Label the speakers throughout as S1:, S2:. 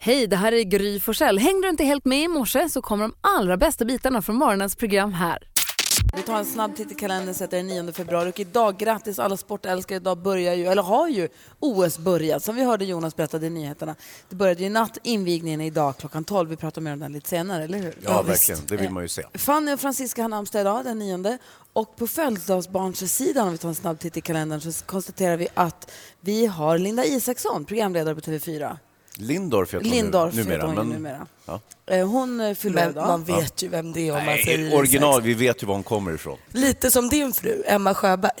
S1: Hej, det här är Gry Forssell. Hängde du inte helt med i morse så kommer de allra bästa bitarna från morgonens program här.
S2: Vi tar en snabb titt i kalendern, sätter den 9 februari och idag, grattis alla sportälskare, idag börjar ju, eller har ju OS börjat som vi hörde Jonas berättade i nyheterna. Det började ju i natt, invigningen är idag klockan 12, vi pratar mer om den lite senare, eller hur? Eh,
S3: Ja, verkligen. Det vill man ju se.
S2: Fanny och Francisca har namnsdag idag, den 9. Och på födelsedagsbarnsidan, om vi tar en snabb titt i kalendern, så konstaterar vi att vi har Linda Isaksson, programledare på TV4.
S3: Lindorf heter
S2: Lindorff
S3: hon nu-
S2: heter
S3: numera.
S2: hon ju
S3: Men,
S2: numera.
S3: Ja.
S2: Eh, Hon eh, fyller
S4: Men
S2: idag.
S4: man vet ju vem det är om man
S3: Nej,
S4: säger
S3: Eh, original,
S4: Isaksson.
S3: vi vet ju var hon kommer ifrån.
S4: Lite som din fru, Emma Sjöberg.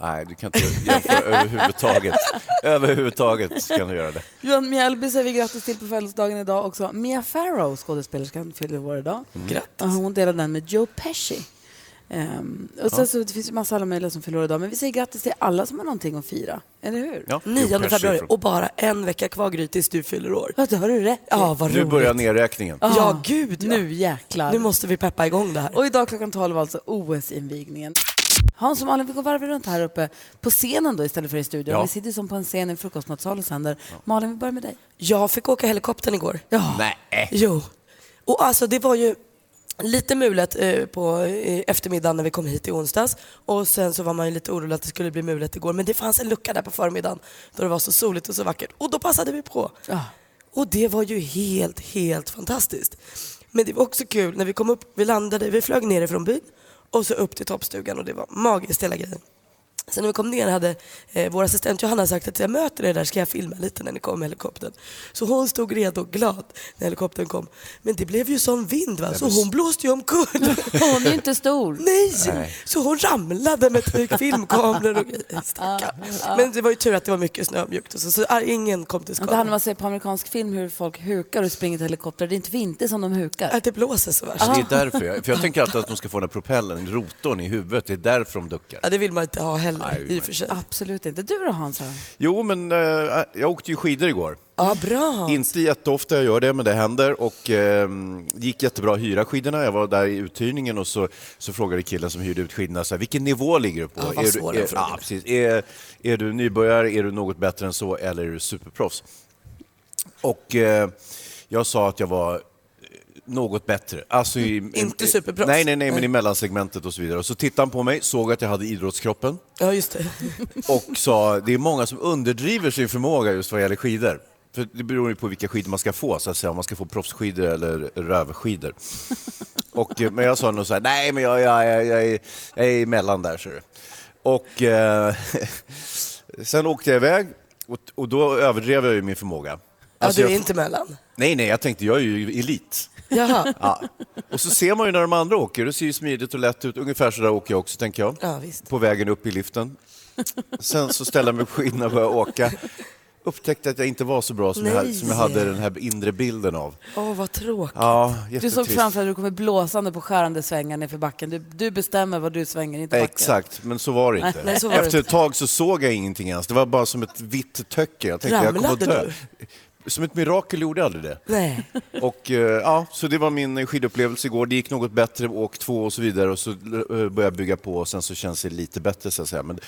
S3: Nej, du kan inte jämföra överhuvudtaget. Överhuvudtaget kan du göra det.
S2: Johan Mjällby säger vi grattis till på födelsedagen idag också. Mia Farrow, skådespelerskan, fyller år idag. Ja, Hon delade den med Joe Pesci. Ehm, och sen så det finns ju massa alla möjliga som fyller år idag, men vi säger grattis till alla som har någonting att fira, eller hur?
S3: Ja,
S4: 9
S3: Joe Pesci
S4: februari
S3: från-
S4: och bara en vecka kvar Gry tills du fyller år.
S2: Ja, det har du rätt i.
S4: Ja, vad
S3: Nu
S4: roligt.
S3: börjar nedräkningen.
S2: Ah,
S4: Ja, gud ja.
S2: Nu jäklar.
S4: Nu måste vi peppa igång det här.
S2: Och idag klockan 12 alltså OS-invigningen. Hans och Malin, vi går varv runt här uppe på scenen då istället för i studion.
S3: Ja.
S2: Vi sitter ju som på en scen i en frukostmatsal och sänder. Malin, vi börjar med dig.
S4: Jag fick åka helikoptern igår.
S2: Ja.
S3: Nej. eh,
S4: Jo. Och alltså det var ju lite mulet eh, på eh, eftermiddagen när vi kom hit i onsdags. Och sen så var man ju lite orolig att det skulle bli mulet igår. Men det fanns en lucka där på förmiddagen då det var så soligt och så vackert. Och då passade vi på.
S2: Ja.
S4: Och det var ju helt, helt fantastiskt. Men det var också kul när vi kom upp, vi landade, vi flög nerifrån byn och så upp till toppstugan och det var magiskt hela grejen. Sen när vi kom ner hade eh, vår assistent Johanna sagt att jag möter er där ska jag filma lite när ni kommer med helikoptern. Så hon stod redo och glad när helikoptern kom. Men det blev ju sån vind va, så hon blåste ju omkull.
S2: Hon är ju inte stor.
S4: Nej! Så hon ramlade med tyg- filmkameror och grejer. Stackarn. Men det var ju tur att det var mycket snömjukt och så, så ah, ingen kom till
S2: Men Det här
S4: skada.
S2: när man ser på amerikansk film hur folk hukar och springer till helikopter. Det är inte vinter som de hukar.
S4: Att det blåser så värst.
S3: Det är därför jag, för jag tänker alltid att de ska få den här propellen, rotorn i huvudet. Det är därför de duckar.
S4: Ja, det vill man inte ha heller
S3: Nej, det vill
S4: i
S3: man
S4: och för sig.
S2: Absolut inte. Du då Hans? här?
S3: Jo, men eh, jag åkte ju skidor igår.
S4: Ja, bra.
S3: Inte jätteofta jag gör det, men det händer. Och eh, gick jättebra att hyra skidorna. Jag var där i uthyrningen och så, så frågade killen som hyrde ut skidorna så här, vilken nivå ligger du på?
S4: Ja, vad
S3: är,
S4: svår
S3: du,
S4: den
S3: är,
S4: frågan
S3: ja,
S4: är.
S3: precis. Är, är du nybörjare, är du något bättre än så eller är du superproffs? Och eh, jag sa att jag var eh, något bättre. Alltså i,
S4: Mm, inte superproffs.
S3: Nej, nej, nej, men
S4: Nej.
S3: i mellansegmentet och så vidare. Och så tittade han på mig, såg att jag hade idrottskroppen
S4: Ja, just det.
S3: och sa det är många som underdriver sin förmåga just vad gäller skidor. För det beror ju på vilka skidor man ska få, så att säga, om man ska få proffsskidor eller rövskidor. Och, eh, men jag sa nog så här, nej men jag, jag, jag, jag, är- jag är emellan där ser du. Och eh, sen åkte jag iväg och, och då överdrev jag ju min förmåga.
S4: Ja,
S3: Alltså,
S4: du är
S3: jag-
S4: inte mellan.
S3: Nej, nej, jag tänkte jag är ju elit.
S4: Jaha.
S3: Ja. Och så ser man ju när de andra åker, det ser ju smidigt och lätt ut. Ungefär så där åker jag också, tänker jag.
S4: Ja, visst.
S3: På vägen upp i liften. Sen så ställer jag mig på skidorna och börjar åka. Upptäckte att jag inte var så bra som, jag, hade-
S4: Nej.
S3: som jag hade den här inre bilden av.
S4: Åh, vad tråkigt.
S3: Ja,
S2: Du såg
S3: jättetrist.
S2: framför dig att du kommer blåsande på skärande svängar nerför backen. Du, du bestämmer vad du svänger, inte backen.
S3: Exakt, men så var det inte.
S4: Nej, så var det
S3: Efter ett
S4: inte.
S3: tag så såg jag ingenting ens. Det var bara som ett vitt töcke. Jag tänkte jag kommer att
S4: Ramlade
S3: dö. Som ett mirakel gjorde jag aldrig det.
S4: Nej.
S3: Och, eh, ja, så det var min skidupplevelse igår. Det gick något bättre, åk två och så vidare. Och så eh, började jag bygga på och sen så känns det lite bättre så att säga. Men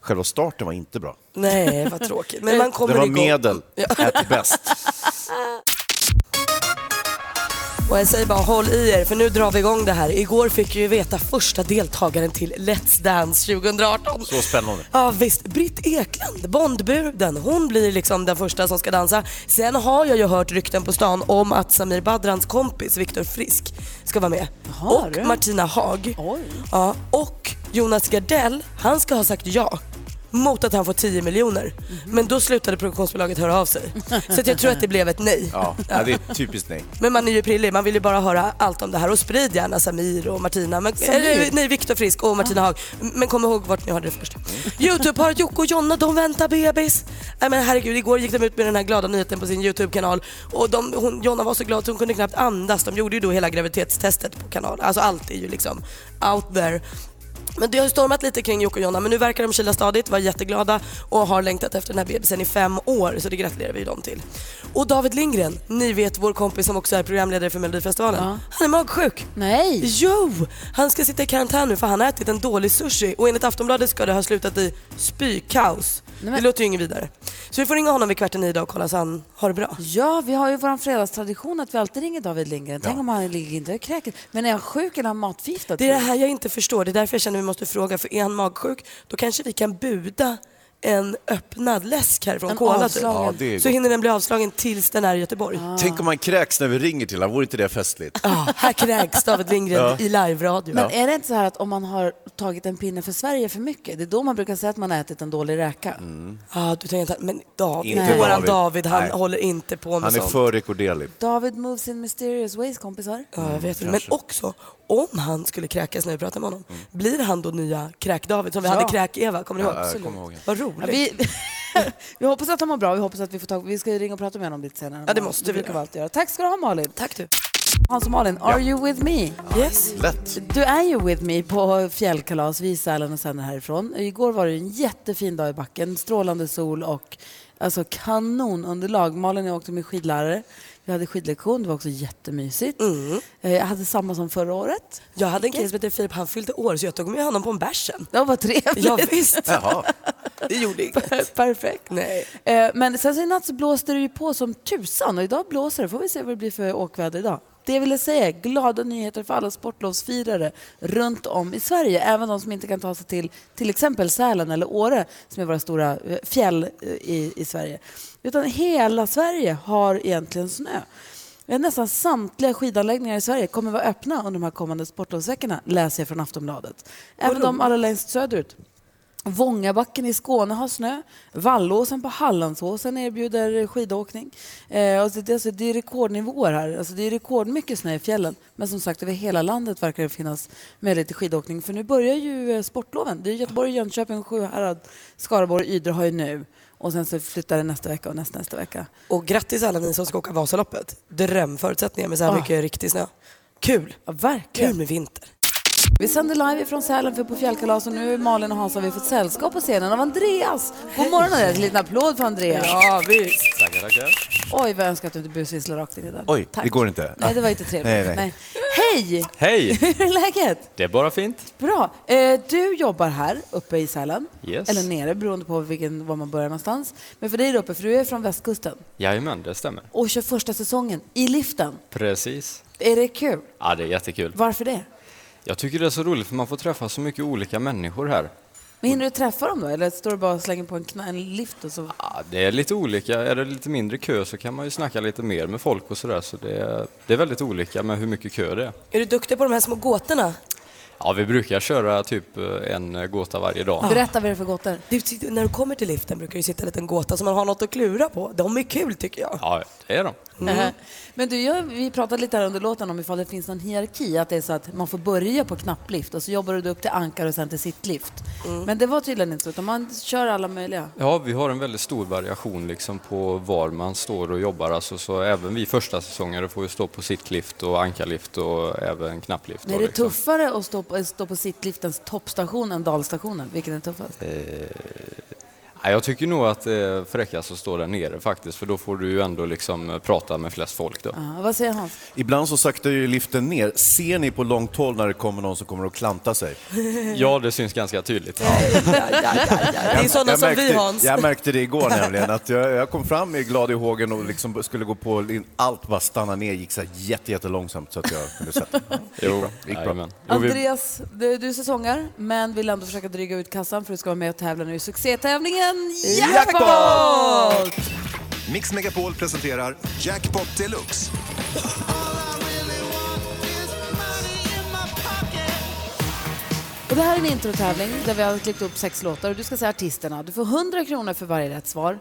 S3: själva starten var inte bra.
S4: Nej, vad tråkigt. Men man kommer
S3: det var
S4: igång.
S3: medel at bäst.
S4: Och jag säger bara håll i er för nu drar vi igång det här. Igår fick vi ju veta första deltagaren till Let's Dance 2018.
S3: Så spännande.
S4: Ja visst, Britt Ekland, Bondbruden, hon blir liksom den första som ska dansa. Sen har jag ju hört rykten på stan om att Samir Badrans kompis Viktor Frisk ska vara med.
S2: Har
S4: och
S2: du?
S4: Martina Haag.
S2: Oj.
S4: Ja, och Jonas Gardell, han ska ha sagt ja mot att han får 10 miljoner.
S2: Mhm.
S4: Men då slutade produktionsbolaget höra av sig. Så att jag tror att det blev ett nej.
S3: Ja, ja, det är typiskt nej.
S4: Men man är ju prillig, man vill ju bara höra allt om det här och sprid gärna Samir och Martina, men, eller, nej Viktor Frisk och Martina Haag. Men kom ihåg vart ni hörde det först. Youtube-paret Jocke och Jonna, de väntar bebis. Nej men herregud, igår gick de ut med den här glada nyheten på sin Youtube-kanal och de, hon, Jonna var så glad så hon kunde knappt andas. De gjorde ju då hela graviditetstestet på kanalen, alltså allt är ju liksom out there. Men det har ju stormat lite kring Jocke och Jonna, men nu verkar de kyla stadigt, var jätteglada och har längtat efter den här bebisen i fem år, så det gratulerar vi ju dem till. Och David Lindgren, ni vet vår kompis som också är programledare för Melodifestivalen,
S2: Ja.
S4: han är magsjuk.
S2: Nej!
S4: Jo! Han ska sitta i karantän nu för han har ätit en dålig sushi och enligt Aftonbladet ska det ha slutat i spykaos. Det låter ju inget vidare. Så vi får ringa honom vid kvart i nio idag och kolla så han har det bra.
S2: Ja, vi har ju vår fredagstradition att vi alltid ringer David Lindgren. Tänk om han ligger inte och kräker. Men är han sjuk eller har han matförgiftat?
S4: Det är det här jag inte förstår. Det är därför jag känner att vi måste fråga. För är han magsjuk, då kanske vi kan buda en öppnad läsk här från
S2: En
S4: Cola
S2: avslagen. Ja,
S4: typ.
S3: det är
S4: Så
S3: gott.
S4: hinner den bli avslagen tills den är i Göteborg.
S3: Tänk om han kräks när vi ringer till honom, vore inte det festligt?
S4: Ja, här kräks David Lindgren i live-radio.
S2: Men är det inte så här att om man har tagit en pinne för Sverige för mycket, det är då man brukar säga att man har ätit en dålig räka?
S3: Mm.
S4: Ah, du tänker inte, men David,
S3: Inte
S4: våran David,
S3: David.
S4: han
S3: Nej.
S4: håller inte på med
S3: Han är
S4: sånt.
S3: för rekorderlig.
S2: David moves in mysterious ways, kompisar.
S4: Ja, jag vet
S3: Mm,
S4: det. Men också, om han skulle kräkas när vi pratar med honom, blir han då nya Kräk-David som vi hade Kräk-Eva? Kommer ni ihåg?
S3: jag kommer ihåg.
S4: Vad roligt.
S2: Ja, vi, vi hoppas att han mår bra. Vi hoppas att vi får tag Vi ska ju ringa och prata med honom lite senare.
S4: Ja, det måste vi
S2: brukar
S4: göra.
S2: alltid göra. Tack ska du ha, Malin.
S4: Tack du.
S2: Hans och Malin, are you with me?
S4: Yes.
S3: Lätt.
S2: Du är ju with me på fjällkalas. Vi sälen och sänder härifrån. Igår var det en jättefin dag i backen. Strålande sol och alltså, kanonunderlag. Malin och jag åkte med skidlärare. Vi hade skidlektion. Det var också jättemysigt.
S4: Mm.
S2: Eh, Jag hade samma som förra året.
S4: Jag hade en kille som hette Filip, han fyllde år så jag tog med honom på en bärs sen.
S2: Det var trevligt.
S4: Ja, visst.
S3: Jaha.
S4: Det gjorde inget.
S2: Perfekt.
S4: Nej.
S2: Eh, Men sen så i natt så blåste det ju på som tusan och idag blåser det. Får vi se vad det blir för åkväder idag. Det jag ville säga är glada nyheter för alla sportlovsfirare runt om i Sverige. Även de som inte kan ta sig till till exempel Sälen eller Åre som är våra stora eh, fjäll eh, i, i Sverige. Utan hela Sverige har egentligen snö. Eh, Nästan samtliga skidanläggningar i Sverige kommer vara öppna under de här kommande sportlovsveckorna, läser jag från Aftonbladet. Även de allra längst söderut. Vångabacken i Skåne har snö. Vallåsen på Hallandsåsen erbjuder skidåkning. Eh, och så det, alltså, det är rekordnivåer här. Alltså, det är rekordmycket snö i fjällen. Men som sagt, över hela landet verkar det finnas möjlighet till skidåkning. För nu börjar ju eh, sportloven. Det är Göteborg, Jönköping, Sjuhärad, Skaraborg, Ydre har ju nu. Och sen så flyttar det nästa vecka och nästa, nästa vecka.
S4: Och grattis alla ni som ska åka Vasaloppet. Drömförutsättningar med så här
S2: Ah.
S4: mycket riktig snö. Kul.
S2: Ja,
S4: Kul
S2: verkligen.
S4: med vinter.
S2: Vi sänder live från Sälen för på fjällkalas och nu Malin och Hans har vi fått sällskap på scenen av Andreas. God morgon Andreas, en liten applåd för Andreas.
S4: Ja, visst.
S3: Tackar, tackar.
S2: Oj, vad jag önskar att du inte busvisslar rakt in i den.
S3: Oj, det går inte.
S2: Nej, det var inte trevligt.
S3: Nej, nej.
S2: Hej!
S5: Hej!
S2: Hur är läget?
S5: Det är bara fint.
S2: Bra. Eh, du jobbar här uppe i Sälen.
S5: Yes.
S2: Eller nere, beroende på vilken, var man börjar någonstans. Men för dig är det uppe, för du är från västkusten
S5: Jajamän, det stämmer.
S2: och kör första säsongen i liften.
S5: Precis.
S2: Är det kul?
S5: Ja, det är jättekul.
S2: Varför det?
S5: Jag tycker det är så roligt för man får träffa så mycket olika människor här.
S2: Men hinner du träffa dem då? Eller står du bara och slänger på en, kna- en lift och så...
S5: Ja, det är lite olika. Är det lite mindre kö så kan man ju snacka lite mer med folk och sådär. Så det är, det är väldigt olika med hur mycket kö det är.
S4: Är du duktig på de här små gåtorna?
S5: Ja, vi brukar köra typ eh, en gåta varje dag.
S2: Berätta vad det är för gåtor.
S4: Du, sitter- typ- när du kommer till liften brukar det sitta en liten gåta som man har något att klura på. De är kul tycker jag.
S5: Ja, det är de.
S2: Eh, Men du, jag, vi pratade lite här under låten om ifall det finns någon hierarki, att det är så att man får börja på knapplift och så jobbar du upp till ankar och sen till sittlift. Men det var tydligen inte så, utan man kör alla möjliga.
S5: Ja, vi har en väldigt stor variation liksom på var man står och jobbar. Alltså, så även vi första säsongare får ju stå på sittlift och ankarlift och även knapplift.
S2: Men är
S5: och
S2: det
S5: liksom.
S2: tuffare att stå på, stå på sittliftens toppstation än dalstationen? Vilken är tuffast?
S5: Eh. Ja, jag tycker nog att eh, det är fräckast att stå där nere faktiskt, för då får du ju ändå liksom eh, prata med flest folk. Då.
S2: Ja, vad säger Hans?
S3: Ibland så saktar ju liften ner. Ser ni på långt håll när det kommer någon som kommer att klanta sig?
S5: Ja, det syns ganska tydligt.
S4: Det är sådana
S3: jag
S4: som
S3: märkte,
S4: vi Hans.
S3: Jag märkte det igår nämligen, att jag, jag kom fram i glad i hågen och liksom skulle gå på, lin- allt bara stannade ner, gick så här jätte, jättelångsamt så att jag kunde sätta mig.
S5: Jo,
S3: gick bra.
S5: jajamän. jo, vi,
S2: Andreas, du, du säsongar, men vill ändå försöka dryga ut kassan för du ska vara med och tävla nu i succétävlingen Jackpot!
S6: Mix Megapol presenterar Jackpot Deluxe.
S2: Och det här är en introtävling där vi har klippt upp sex låtar och du ska säga artisterna. Du får 100 kronor för varje rätt svar.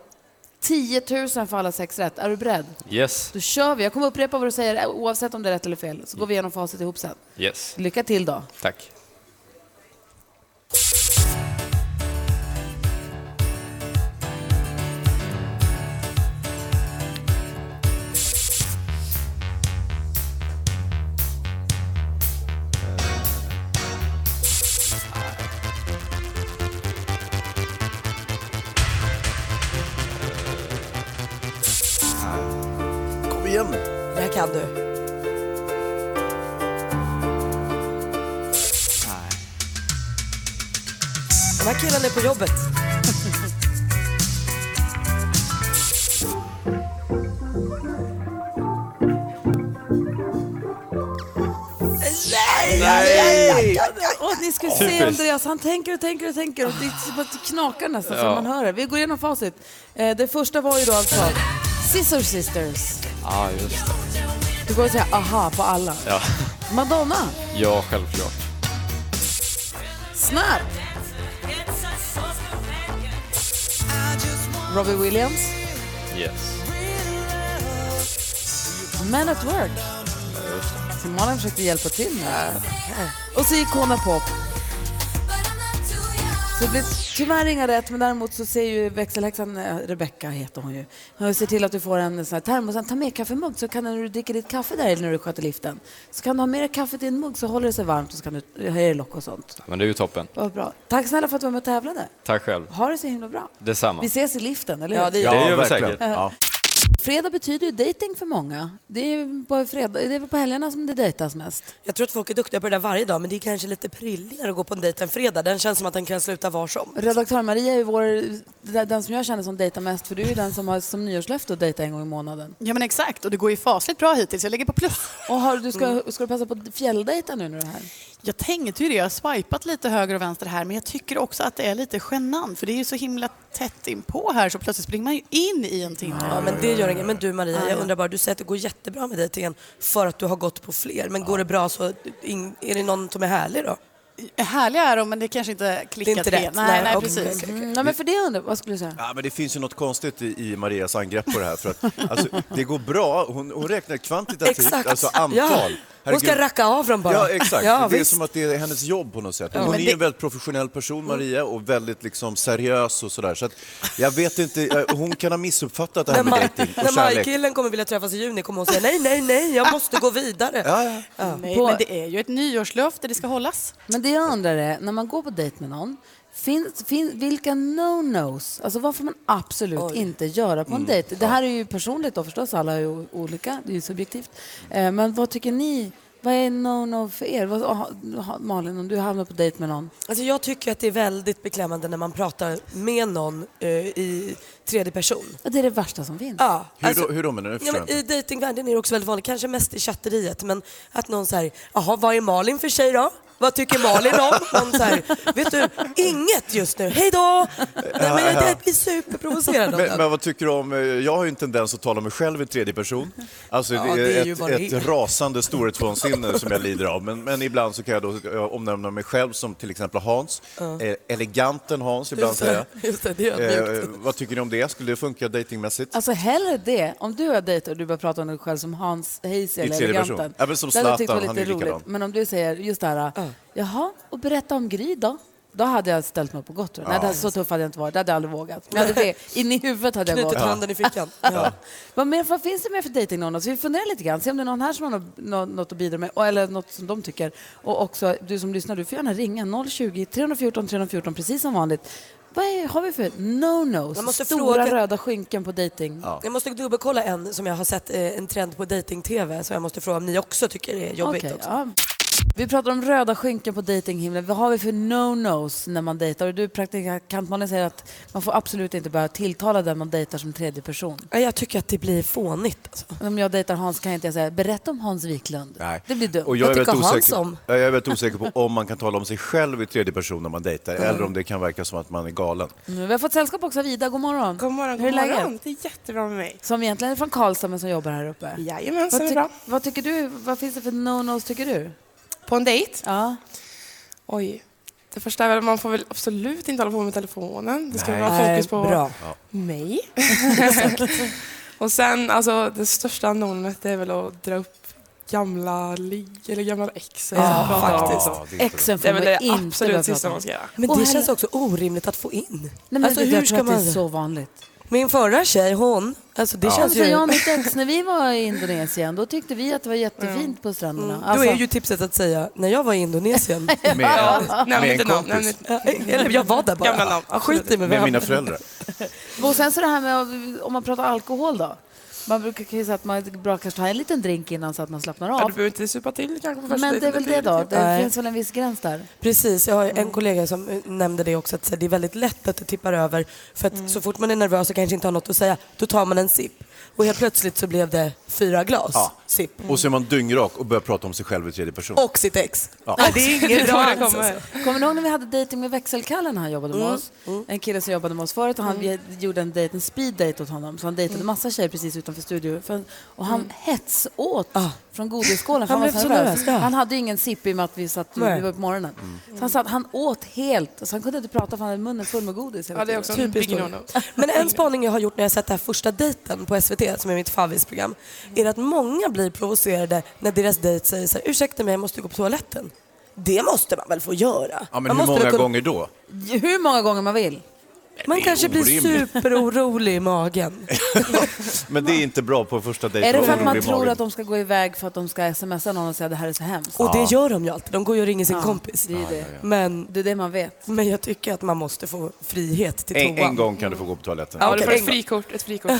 S2: 10 000 för alla sex rätt. Är du beredd?
S5: yes,
S2: Då kör vi. Jag kommer upprepa vad du säger eh, oavsett om det är rätt eller fel. Så går vi igenom facit ihop sen.
S5: yes,
S2: Lycka till då.
S5: tack.
S3: Kom igen nu.
S4: Det här kan du. De här killarna är på jobbet.
S3: Nej!
S2: Och ni ska se Andreas, han tänker och tänker och tänker och det är som att det knakar nästan så man hör det. Vi går igenom facit. Eh, Det första var ju då alltså Scissor Sisters.
S5: Ja, just det.
S2: Du går och säger aha på alla.
S5: Ja,
S2: Madonna,
S5: ja självklart.
S2: Snap. Robbie Williams,
S5: Yes.
S2: Man at Work. Malin försökte hjälpa till med Och så Icona Pop. Så det blir tyvärr inga rätt, men däremot så ser ju växelhäxan, eh, Rebecca heter hon ju, hon ser till att du får en sån här termos, ta med kaffemugg så kan du när du dricker ditt kaffe där eller när du sköter liften, så kan du ha med dig kaffet i en mugg så håller det sig varmt och så kan du höja i lock och sånt.
S5: Men det är ju toppen.
S2: Vad bra. Tack snälla för att du var med och tävlade.
S5: Tack själv.
S2: Ha det så himla bra.
S5: Detsamma.
S2: Vi ses i liften, eller
S4: Ja,
S2: hur?
S4: det
S5: Ja,
S3: Ja,
S5: det gör vi
S3: verkligen.
S5: säkert.
S3: Ja.
S2: Fredag betyder ju dating för många. Det är ju på, fredag, det är väl på helgerna som det dejtas mest.
S4: Jag tror att folk är duktiga på det där varje dag men det är kanske lite prilligare att gå på en dejt en fredag. Den känns som att den kan sluta var som.
S2: Redaktör Maria är ju vår, den som jag känner som dejtar mest för du är ju den som har som nyårslöfte att dejta en gång i månaden.
S7: Ja men exakt, och det går ju fasligt bra hittills. Jag lägger på plus.
S2: Och har, du ska, ska du passa på att fjälldejta nu när du är här?
S7: Jag tänkte ju det, jag har swipat lite höger och vänster här, men jag tycker också att det är lite genant för det är ju så himla tätt inpå här så plötsligt springer man ju in i en timme.
S4: Ja men det gör inget. Men du Maria, jag undrar bara, du säger att det går jättebra med dejtingen för att du har gått på fler. Men går det bra så in- är det någon som är härlig då?
S7: Härliga är de, men det kanske inte klickat
S4: inte
S7: helt.
S4: rätt.
S7: Nej,
S4: Nej,
S7: nej,
S4: okej,
S7: precis.
S4: okej.
S2: Mm, nej men för det undrar vad skulle du säga?
S3: Ja, men det finns ju något konstigt i, i Marias angrepp på det här. För att, alltså, det går bra, hon, hon räknar kvantitativt,
S4: Exakt.
S3: alltså antal.
S4: Ja. Hon ska
S3: Herregud.
S4: racka av dem bara.
S3: Ja, exakt.
S4: Ja,
S3: det är
S4: visst.
S3: som att det är hennes jobb på något sätt. Hon
S7: men
S3: är ju
S7: det-
S3: en väldigt professionell person, Maria, och väldigt liksom seriös och sådär. Så att, jag vet inte, eh, hon kan ha missuppfattat det här
S4: När,
S3: med
S4: maj,
S3: dejting och
S4: när
S3: kärlek. Ah.
S4: majkillen kommer vilja träffas i juni kommer hon säga nej, nej, nej, jag måste gå vidare.
S3: Ja, ja.
S7: Nej,
S2: På-
S7: men det är ju ett nyårslöfte, det ska hållas.
S2: Men det jag undrar är, när man går på dejt med någon, finns, fin, vilka no-nos, alltså vad får man absolut inte göra på en dejt? Det här är ju personligt då förstås, alla är ju olika, det är ju subjektivt. Eh, men vad tycker ni, vad är no-no för er? Vad, aha, aha, Malin, om du hamnar på dejt med någon?
S4: Alltså jag tycker att det är väldigt beklämmande när man pratar med någon eh, i tredje person.
S2: Ja, Det är det värsta som finns.
S4: Ja,
S3: Hur
S4: alltså-
S3: då- hur då menar du?
S4: Ja,
S3: Förstår
S4: men
S3: jag
S4: I dejtingvärlden är det också väldigt vanligt, kanske mest i chatteriet, men att någon säger jaha vad är Malin för tjej då? Vad tycker Malin om? Någon säger, vet du, inget just nu, hej då! Nej, men jag blir superprovocerad av
S3: Men,
S4: det.
S3: men vad tycker du om, eh, jag har ju en tendens att tala om mig själv i tredje person. Alltså
S4: Ja,
S3: det
S4: det är
S3: är,
S4: ju vad det
S3: ett,
S4: är.
S3: ett rasande storhetsvansinne som jag lider av. Men, men ibland så kan jag då eh, omnämna mig själv som till exempel Hans, eh, eleganten Hans ibland
S4: Just
S3: säger
S4: det,
S3: jag.
S4: just det, det är
S3: Eh,
S4: ödmjukt.
S3: vad tycker ni om det? Skulle det funka datingmässigt?
S2: Alltså hellre det, om du har dejtat och du börjar prata om dig själv som Hans Hayes eller
S3: tredje
S2: eleganten.
S3: person. Ja, men som
S2: det hade jag
S3: Zlatan,
S2: tyckt var
S3: han
S2: lite
S3: är ju likadan.
S2: Men om du säger just det här, jaha, och berätta om Gry då? Då hade jag ställt mig upp och gått. tror jag. Nej, det hade, så tuff hade jag inte varit. Det hade jag aldrig vågat. Men hade det, in i huvudet hade jag
S4: Knutit
S2: gått.
S4: handen i fickan.
S2: Vad, mer, vad finns det mer för dejting någon? Så vi funderar lite grann, se om det är någon här som har nå- nå- något att bidra med, och- eller något som de tycker. Och också, du som lyssnar, du får gärna ringa 020-314 314, precis som vanligt. Vad är, har vi för
S4: Man
S2: no-nos?
S4: måste
S2: Stora
S4: fråga-
S2: röda skynken på dejting.
S4: Jag måste dubbelkolla en som jag har sett, eh, en trend på dejting-tv, så jag måste fråga om ni också tycker det är jobbigt
S2: Okej,
S4: också.
S2: ja. Vi pratar om röda skynken på dejtinghimlen. Vad har vi för no-nos när man dejtar? Och Du praktikant Malin säger att man får absolut inte börja tilltala den man dejtar som tredje person.
S4: Ja, Jag tycker att det blir fånigt. Alltså.
S2: Men Om jag dejtar Hans kan jag inte säga berätta om Hans Wiklund.
S3: Nej.
S2: Det blir dumt.
S3: Och jag är
S4: Vad
S3: väldigt
S4: tycker Hans
S3: osäker,
S4: om?
S3: Ja, Jag är väldigt osäker på om man kan tala om sig själv i tredje person när man dejtar
S4: Mm.
S3: eller om det kan verka som att man är galen.
S2: Mm, Vi har fått sällskap också av Ida. God morgon.
S8: God morgon,
S2: Hur är
S8: god morgon.
S2: läget?
S8: Det är jättebra med mig.
S2: Som egentligen är från Karlstad men som jobbar här uppe.
S8: Jajamensan,
S2: Vad,
S8: det är
S2: tyck-
S8: bra.
S2: vad tycker du? Vad finns det för no-nos tycker du?
S8: På en dejt?
S2: Ja.
S8: Oj. Det första är väl, man får väl absolut inte hålla på med telefonen. Det ska
S3: Nej.
S8: vara fokus på
S4: Bra.
S8: mig. och sen, alltså det största anonet det är väl att dra upp gamla ligg eller gamla ex. eller
S4: Ja,
S8: så prata om
S4: faktiskt.
S8: dem.
S3: det är inte
S2: Exen
S8: Det
S2: får
S8: är väl det
S2: man inte börja
S8: absolut sista
S2: prata om.
S8: man ska göra.
S4: Men
S2: Och
S4: det
S2: här-
S4: känns också orimligt att få in.
S2: Nej, men
S4: alltså
S2: det,
S4: hur
S2: jag tror
S4: ska
S2: att det är
S4: man...
S2: så vanligt.
S4: Min förra tjej, hon, alltså det
S2: Ja, men
S4: känns
S2: så
S4: ju...
S2: jag och mitt ex, när vi var i Indonesien, då tyckte vi att det var jättefint på stränderna. Alltså,
S4: Då är ju tipset att säga, när jag var i Indonesien,
S3: Med,
S8: Nämn
S3: med
S8: inte
S3: en
S8: namn, nämn
S3: kompis,
S8: inte-
S4: Ja, eller jag var där
S8: Gamla
S4: bara.
S8: namn,
S4: Ja, Skit i mig.
S3: med
S4: vem-
S3: mina föräldrar.
S2: Och sen så det här med, om man pratar alkohol då. Man brukar ju säga att man är bra kanske ta en liten drink innan så att man slappnar
S8: Ja,
S2: av.
S8: du behöver inte supa till kanske på första
S2: Men det är
S8: dejten,
S2: väl det då,
S8: lite-
S2: det
S4: Nej.
S2: finns väl en viss gräns där.
S4: Precis, jag har ju en kollega som eh, nämnde det också, att så här, det är väldigt lätt att det tippar över. För att så fort man är nervös och kanske inte har något att säga, då tar man en sipp. Och helt plötsligt så blev det fyra glas.
S3: Ja,
S4: sipp.
S3: Och så är man dyngrak och börjar prata om sig själv i tredje person.
S4: Och sitt ex.
S3: Ja.
S4: Nej, det är
S8: Det är liksom.
S4: ingen
S8: då
S4: bra alls,
S8: jag
S4: alltså.
S8: kommer.
S2: Kommer ni ihåg när vi hade dejting med växelkalle när han jobbade
S4: Mm,
S2: med oss? En kille som jobbade med oss förut och han vi gjorde en dejt, en speed date åt honom. Så han dejtade
S4: Mm.
S2: massa tjejer precis utanför studion. För- Och han hetsåt från godisskålen. för
S4: Ah. Han
S2: var
S4: blev så nervös, ja.
S2: Han hade ju ingen sipp i och med att vi satt
S4: Nej. Mm.
S2: vi var på morgonen. Så han, satt, han åt helt, så han kunde inte prata för han hade munnen full med godis hela
S8: Ja, det är
S2: tiden.
S8: också en big
S4: historia.
S8: no-no.
S4: Men en spaning jag har gjort när jag sett det här första dejten på SVT, som är mitt favoritprogram,
S2: Mm.
S4: är att många blir provocerade när deras dejt säger så här, ursäkta mig, jag måste gå på toaletten. Det måste man väl få göra?
S3: Ja, men
S4: man
S3: hur
S4: måste väl
S3: många
S4: kunna-
S3: gånger då?
S2: Typ Hur många gånger man vill.
S4: Man
S3: Det är
S4: kanske blir
S3: orimligt.
S4: superorolig i magen.
S3: Men det är inte bra på första dejten.
S2: Är det för att
S3: Orolig
S2: man
S3: i
S2: tror
S3: magen.
S2: att de ska gå iväg för att de ska smsa någon och säga det här är så hemskt?
S4: Och det gör de ju alltid. De går ju och ringer sin kompis.
S2: Det är ju det.
S4: Men,
S2: Det är det man vet.
S4: men jag tycker att man måste få frihet till
S3: en,
S4: toan.
S3: en gång kan du få gå på toaletten.
S8: Ja, du
S4: Okej.
S8: får ett frikort. Ett frikort.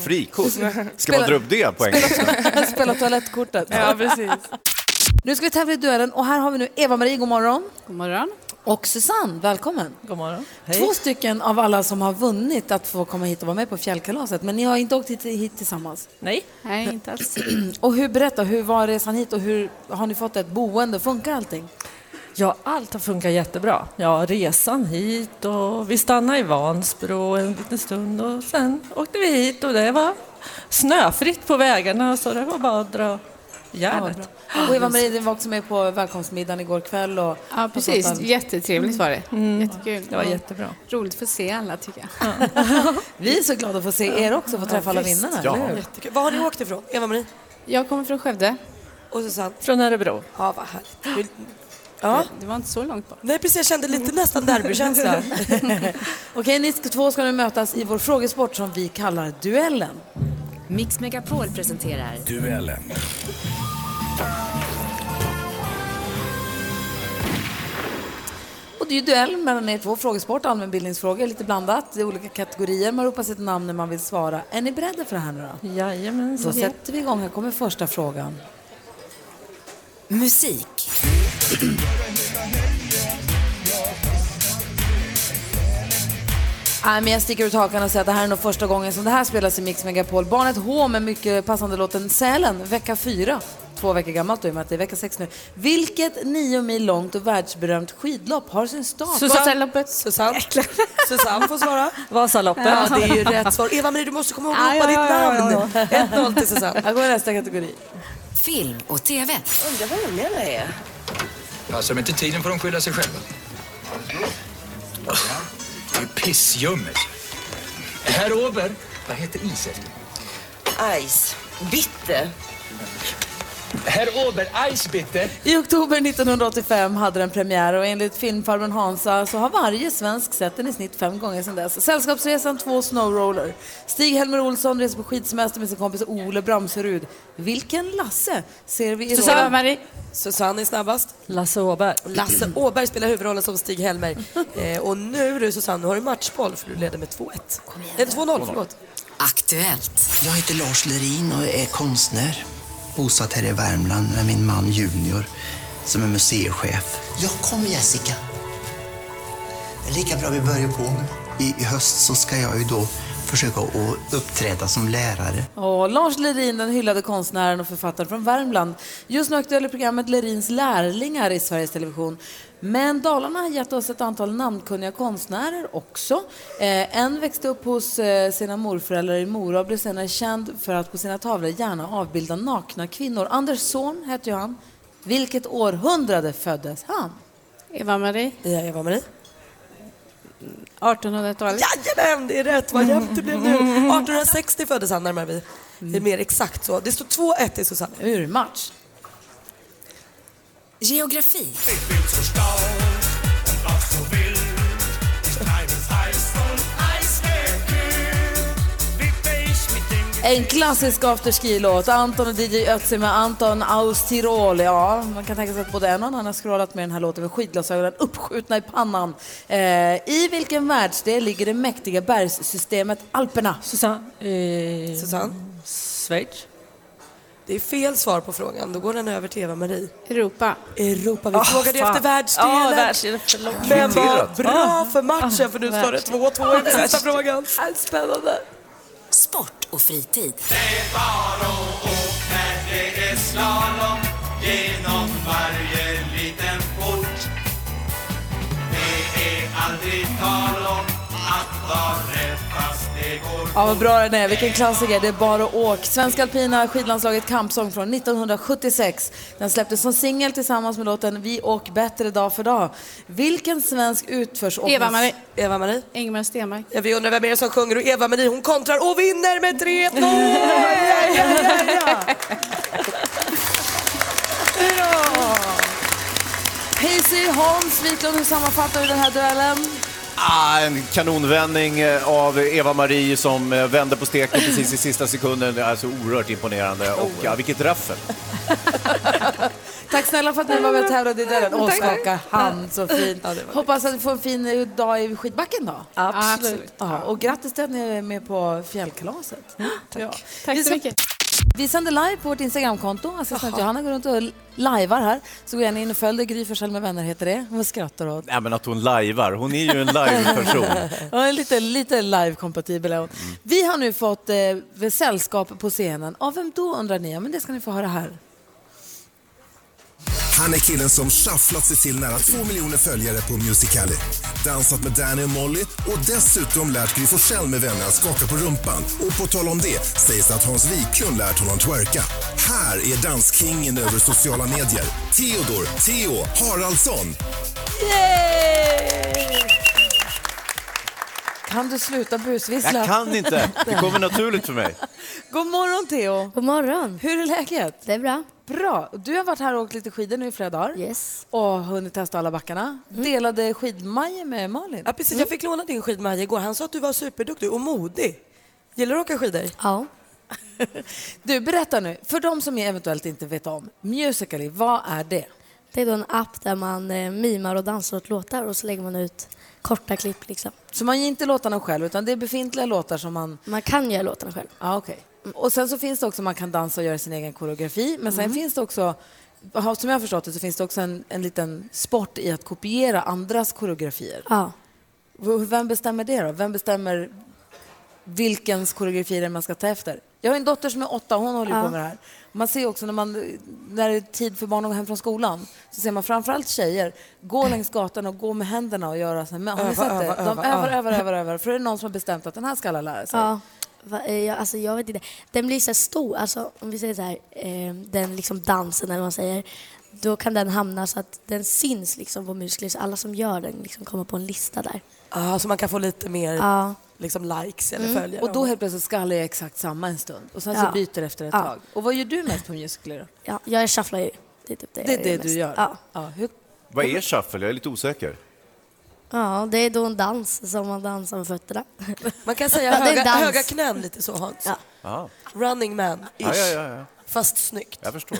S3: Frikort? Ska man dra upp det på engelska?
S2: Spela toalettkortet.
S8: ja, precis.
S2: Nu ska vi tävla i duellen och här har vi nu Eva-Marie, god morgon.
S7: God morgon.
S2: Och Susanne, välkommen.
S9: God morgon.
S2: Två stycken av alla som har vunnit att få komma hit och vara med på fjällkalaset, men ni har inte åkt hit, hit tillsammans.
S9: Nej,
S7: Nej, inte alls.
S2: Och hur, berätta, hur var resan hit och hur har ni fått ett boende? Funkar allting?
S9: ja, allt har funkat jättebra. Ja, resan hit och vi stannade i Vansbro en liten stund och sen åkte vi hit och det var snöfritt på vägarna så det var bara att dra järnet.
S2: Och Eva-Marie, du var också med på välkomstmiddagen igår kväll. Och,
S10: Ja, precis. Jättetrevligt var det. Jättekul.
S9: det var jättebra.
S10: Roligt för att se alla, tycker jag.
S2: vi är så glada att få se er också, få träffa alla vinnarna.
S3: Ja.
S2: eller hur?
S4: Jättekul. Var har ni åkt ifrån? Eva-Marie
S10: Jag kommer från Skövde.
S4: och Susanne?
S9: Från Örebro.
S4: Ja, vad härligt. Vill- Ja.
S10: Det var inte så långt bort.
S4: Nej, precis. Jag kände lite nästan derbykänsla.
S2: Okej, ni ska- två ska nu mötas i vår frågesport som vi kallar Duellen.
S11: Mix Megapol presenterar
S2: Och det är ju duell mellan er två. Frågesport, allmänbildningsfrågor, lite blandat. Det är olika kategorier. Man ropar sitt namn när man vill svara. Är ni beredda för det här nu då? Då
S9: Jajamensan.
S2: sätter vi igång. Här kommer första frågan.
S11: musik.
S2: Nej, men jag sticker ut hakan och säger att det här är nog första gången som det här spelas i Mix Megapol. Barnet H med mycket passande låten Sälen, vecka fyra. Två veckor gammalt då, i och med att det är vecka sex nu. Vilket nio mil långt och världsberömt skidlopp har sin start?
S10: Vasaloppet.
S4: Susanne. Susanne får svara.
S9: Vasaloppet.
S4: Ja, det är ju rätt svar. Eva-Marie, du måste komma ihåg att ropa ditt namn. 1-0 till Susanne.
S2: Jag går i nästa kategori.
S11: Film och TV.
S4: Undrar vad ungarna är.
S12: Passar inte tiden får de skylla sig själva. Det är ju pissljummet. Herr Ober, vad heter is efter?
S4: Ice. Bitter.
S12: Herr Ober, Ice bitte.
S2: I oktober 1985 hade den premiär och enligt filmfarbrorn Hansa så har varje svensk sett den i snitt fem gånger sedan dess. Sällskapsresan, två snowroller. Stig-Helmer Olsson reser på skidsemester med sin kompis Ole Bramserud. Vilken Lasse ser vi i
S10: Susanne
S2: rollen?
S10: Marie.
S4: Susanne är snabbast.
S9: Lasse Åberg.
S4: Lasse Åberg spelar huvudrollen som Stig Helmer. Eh, och nu du Susanne, nu har du matchboll för du leder med 2-1. Eller 2-0, förlåt.
S11: Aktuellt.
S12: Jag heter Lars Lerin och är konstnär. Bosatt här i Värmland med min man Junior som är museichef. Ja, kom Jessica. Det är lika bra vi börjar på nu. I, I höst så ska jag ju då försöka att uppträda som lärare.
S2: Och Lars Lerin, den hyllade konstnären och författaren från Värmland. Just nu aktuellt i programmet Lerins lärlingar i Sveriges Television. Men Dalarna har gett oss ett antal namnkunniga konstnärer också. Eh, en växte upp hos eh, sina morföräldrar i Mora och blev senare känd för att på sina tavlor gärna avbilda nakna kvinnor. Anders Zorn hette ju han. Vilket århundrade föddes han?
S10: Eva-Marie.
S4: Ja, Eva-Marie.
S10: 1800-talet.
S4: Jajamän, det är rätt. Vad jämnt det blev nu. 1860 föddes han, närmar vi. Det är mer exakt så. Det står 2-1 till Susanne.
S2: Urmatch.
S11: Geografi.
S2: En klassisk afterski-låt. Anton och DJ Ötzi med Anton aus Tirol. Ja, man kan tänka sig att både en och annan har scrollat med den här låten med skidglasögonen uppskjutna i pannan. Eh, I vilken världsdel ligger det mäktiga bergssystemet Alperna?
S9: Susanne. Eh,
S4: Susanne.
S9: Schweiz.
S4: Det är fel svar på frågan. Då går den över till Eva-Marie.
S10: Europa.
S4: Europa. Vi frågade ju efter
S9: Ja,
S4: världsdelen.
S9: världsdelen. Förlåt.
S4: Men vad bra för matchen, för nu står det 2-2 i den sista frågan.
S2: Spännande.
S11: Sport och fritid.
S12: Det är bara att åka, det
S13: var rätt fast det går
S2: Ja, vad bra den är. Vilken klassiker. Det är bara att åk. Svenska alpina skidlandslaget kampsång från 1976. Den släpptes som singel tillsammans med låten Vi åk bättre dag för dag. Vilken svensk utförsåkning...
S4: Eva-Marie. Eva-Marie.
S10: Ingmar Stenmark.
S4: Ja, vi undrar vem är det som sjunger och Eva-Marie hon kontrar och vinner med 3-2! Ja, ja, ja, ja.
S2: Bra! Hazy Holmes Wiklund, hur sammanfattar du den här duellen?
S3: Ah, en kanonvändning eh, av Eva-Marie som eh, vände på steken precis i sista sekunden. Det är så oerhört imponerande. Och ja, vilket raffel.
S2: Tack snälla för att ni var med och tävlade i duellen. Och
S10: Tack.
S2: skaka hand, så fint.
S10: Ja, det var
S2: Hoppas att du får en fin eh, dag i skidbacken då.
S10: Absolut. Absolut.
S2: Ja, och grattis till att ni är med på fjällkalaset. Tack.
S10: Tack
S2: Vi
S10: så
S2: sa-
S10: mycket.
S2: Vi sänder live på vårt Instagramkonto. Assistent Johanna går runt och lajvar här. Så går gärna in och följ det. Gry Forssell med vänner heter det. Hon skrattar åt.
S3: Nej, men att hon lajvar. Hon är ju en live-person.
S2: Hon är lite, lite live-kompatibel. är hon. Vi har nu fått eh, sällskap på scenen. Av vem då undrar ni? Ja, men det ska ni få höra här.
S14: Han är killen som schafflat sig till nära två miljoner följare på Musical.ly. Dansat med Danny och Molly och dessutom lärt Gry Forssell med vänner att skaka på rumpan. Och på tal om det sägs att Hans Wiklund lärt honom twerka. Här är danskingen över sociala medier. Theodor Theo Haraldsson.
S2: Kan du sluta busvissla?
S3: Jag kan inte. Det kommer naturligt för mig.
S2: God morgon Theo! God morgon! Hur är läget? Det är bra. Bra! Du har varit här och åkt lite skidor nu i flera dagar. Yes. Mm. Och hunnit testa alla backarna. Delade skidmajer med Malin.
S4: Ja, precis. Jag fick låna din skidmaja igår. Han sa att du var superduktig och modig. Gillar du att åka skidor?
S2: Ja. du, berätta nu. För de som eventuellt inte vet om, Musical.ly, vad är det?
S15: Det är då en app där man eh, mimar och dansar åt låtar och så lägger man ut korta klipp liksom.
S2: Så man ger inte låtarna själv, utan det är befintliga låtar som man...
S15: Man kan göra låtarna själv.
S2: Ja, okej. Mm, Och sen så finns det också, man kan dansa och göra sin egen koreografi, men sen
S15: Mm.
S2: finns det också, ha- som jag har förstått det, så finns det också en, en liten sport i att kopiera andras koreografier.
S15: Ja.
S2: V- Vem bestämmer det då? Vem bestämmer vilkens koreografier man ska ta efter? Jag har en dotter som är åtta, hon håller ju
S15: Ja.
S2: på med det här. Man ser också när, man, när det är tid för barn att gå hem från skolan, så ser man framförallt tjejer gå längs gatan och gå med händerna och göra så här. Men har ni
S15: Mm. Öva,
S2: sett det?
S15: öva,
S2: De
S15: öva,
S2: övar,
S15: öva.
S2: övar, övar, övar. För det är någon som har bestämt att den här ska alla lära sig.
S15: Ja. Va, eh, jag, alltså, jag vet inte. Den blir så här stor, alltså om vi säger så här, eh, den liksom dansen eller vad man säger. Då kan den hamna så att den syns liksom på muskler så alla som gör den liksom kommer på en lista där.
S4: Ja, så man kan få lite mer
S15: Ja.
S4: liksom, likes eller
S2: Mm.
S4: följare.
S2: Och då helt plötsligt ska alla göra exakt samma en stund och sen så
S15: Ja.
S2: byter det efter ett
S15: Ja.
S2: tag. Och vad gör du mest på musikaler då?
S15: Ja, jag shufflar ju. Det är typ det
S2: Det är
S15: jag
S2: det
S15: mest.
S2: du gör?
S15: Ja.
S2: Ja, hur,
S3: Vad är shuffle? Jag är lite osäker.
S15: ja, det är då en dans som man dansar med fötterna.
S4: Man kan säga
S15: Ja, det är
S4: höga,
S15: dans.
S4: höga knän lite så Hans.
S3: Ja.
S4: Running man-ish.
S3: Ja, ja, ja, ja.
S4: Fast snyggt.
S3: Jag förstår.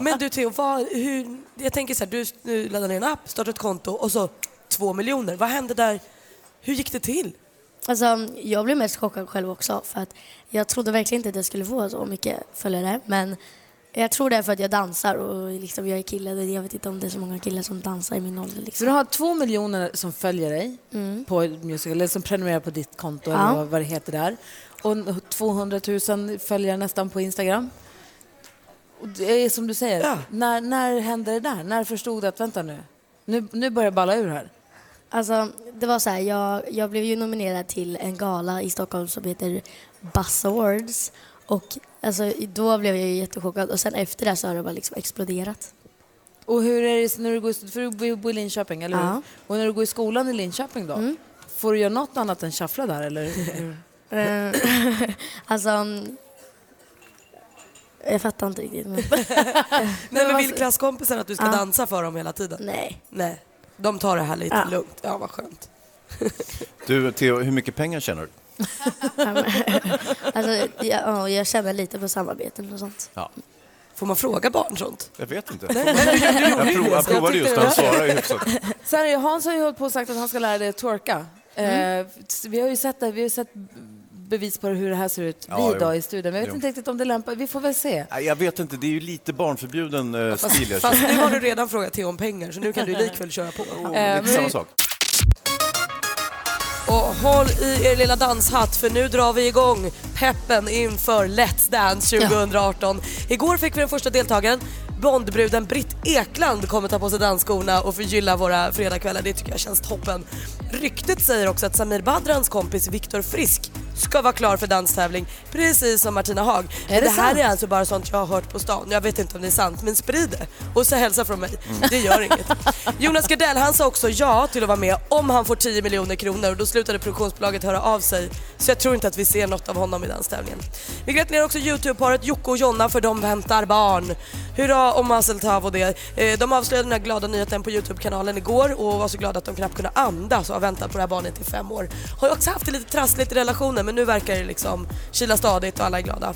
S4: Men du Theo, vad, hur, jag tänker så här, du nu laddar ner en app, startar ett konto och så två miljoner. Vad hände där? Hur gick det till?
S15: Alltså, jag blev mest chockad själv också för att jag trodde verkligen inte att jag skulle få så mycket följare men jag tror det är för att jag dansar och liksom jag är kille. och Jag vet inte om det är så många killar som dansar i min ålder.
S2: Så
S15: Liksom.
S2: du har två miljoner som följer dig på musical, eller som prenumererar på ditt konto
S15: Mm. Ja.
S2: eller vad- vad det heter där. Och 200 000 följare nästan på Instagram. Och det är som du säger, när, när hände det där? När förstod du att vänta nu, nu, nu börjar jag balla ur här?
S15: Alltså, det var så här, jag, jag blev ju nominerad till en gala i Stockholm som heter Buzz Awards och alltså, då blev jag ju jättechockad och sen efter det så har det bara liksom exploderat.
S2: Och hur är det när du går, i- för du bor i Linköping, eller hur?
S15: Ja. Mm.
S2: Och när du går i skolan i Linköping då? Får du göra något annat än shuffla där eller?
S15: Eh, alltså, mm, jag fattar inte riktigt. Men...
S4: Nej, men vill klasskompisen att du ska
S15: Ja.
S4: dansa för dem hela tiden?
S15: Nej.
S4: Nej. De tar det här lite
S15: Ja.
S4: lugnt. Ja, vad skönt.
S3: Du, Theo, hur mycket pengar tjänar du?
S15: Ja, men- alltså, jag, ja, jag känner lite på samarbeten och sånt.
S3: Ja.
S4: Får man fråga barn sånt?
S3: Jag vet inte.
S4: Nej, nej, du gjorde ju
S3: Jag, prov,
S4: det.
S3: jag provade just det, han svarade ju hyfsat.
S2: Så här är, det, Hans har ju hållit på och sagt att han ska lära dig att twerka.
S15: Mm.
S2: Eh, vi har ju sett, det, vi har ju sett bevis på hur det här ser ut
S3: Ja,
S2: vi
S3: jo.
S2: idag i studion. Men jag vet
S3: Jo.
S2: inte riktigt om det lämpar. Vi får väl se.
S3: Nej, Jag vet inte, det är ju lite barnförbjuden eh, stil. jag
S4: Fast
S3: känner.
S4: nu har du redan frågat Theo om pengar så nu kan du likväl köra på.
S2: Eh,
S3: Det är lite samma sak.
S4: Och håll i er lilla danshatt för nu drar vi igång peppen inför Let's Dance 2018. Igår fick vi den första deltagaren. Bondbruden Britt Ekland kommer ta på sig dansskorna och förgylla våra fredagskvällar. Det tycker jag känns toppen. Ryktet säger också att Samir Badrans kompis Viktor Frisk ska vara klar för danstävling precis som Martina Haag.
S16: Är
S4: Men
S16: det
S4: här
S16: sant?
S4: är alltså bara sånt jag har hört på stan. Jag vet inte om det är sant men sprid det och så hälsa från mig. Det gör inget. Jonas Gardell han sa också ja till att vara med om han får 10 miljoner kronor och då slutade produktionsbolaget höra av sig. Så jag tror inte att vi ser något av honom i danstävlingen. Vi gratulerar också Youtube-paret Jocke och Jonna för de väntar barn. Hurra om Hasseltav och det. Eh, De avslöjade den här glada nyheten på Youtube-kanalen igår och var så glada att de knappt kunde andas och har väntat på det här barnet i fem år. Har ju också haft det lite trassligt i relationen men nu verkar det liksom kila stadigt och alla är glada.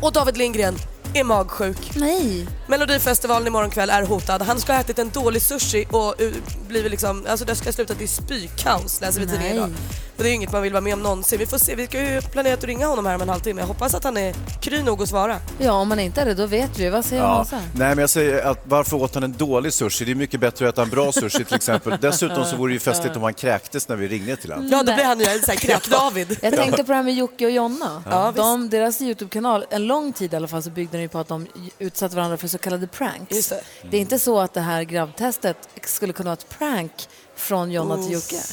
S4: Och David Lindgren är magsjuk.
S17: Nej.
S4: Melodifestivalen imorgon kväll är hotad. Han ska ha ätit en dålig sushi och uh, blivit liksom, alltså det ska ha slutat i spykaos läser vi tidningen idag.
S16: Nej.
S4: Och det är ju inget man vill vara med om någonsin. Vi får se, vi ska ju planera att ringa honom här om en halvtimme. Jag hoppas att han är kry nog att svara.
S2: Ja, om man inte är det, då vet vi. Vad säger
S3: Ja.
S2: Hansa?
S3: Nej, men jag säger att varför åt han en dålig sushi? Det är mycket bättre att äta en bra sushi till exempel. Dessutom så vore det ju festligt om han kräktes när vi ringde till honom.
S4: Ja, då blir han ju en sån här kräk-David.
S2: Jag tänkte på det här med Jocke och Jonna.
S3: Ja,
S2: de, deras YouTube-kanal, en lång tid i alla fall, så byggde den ju på att de utsatte varandra för så kallade pranks.
S4: Just det.
S2: är inte så att det här grabbtestet skulle kunna vara ett prank från Jonna till
S4: Uff.
S2: Jocke.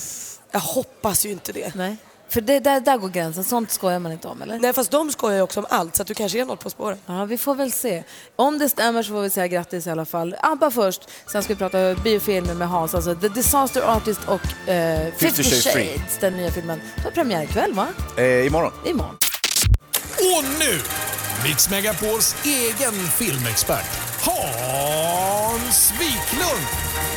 S4: Jag hoppas ju inte det.
S2: Nej. För det, där, där går gränsen, sånt skojar man inte om, eller?
S4: Nej, fast de skojar ju också om allt, så att du kanske är något på spåren.
S2: Ja, vi får väl se. Om det stämmer så får vi säga grattis i alla fall. ABBA först, sen ska vi prata biofilmer med Hans, alltså The Disaster Artist och eh,
S3: 50
S2: Fifty
S3: Shades Free.
S2: Shades, den nya filmen. Det har premiär ikväll, va?
S3: Eh, imorgon.
S2: Imorgon.
S18: Och nu, Mix Megapols egen filmexpert Hans Wiklund.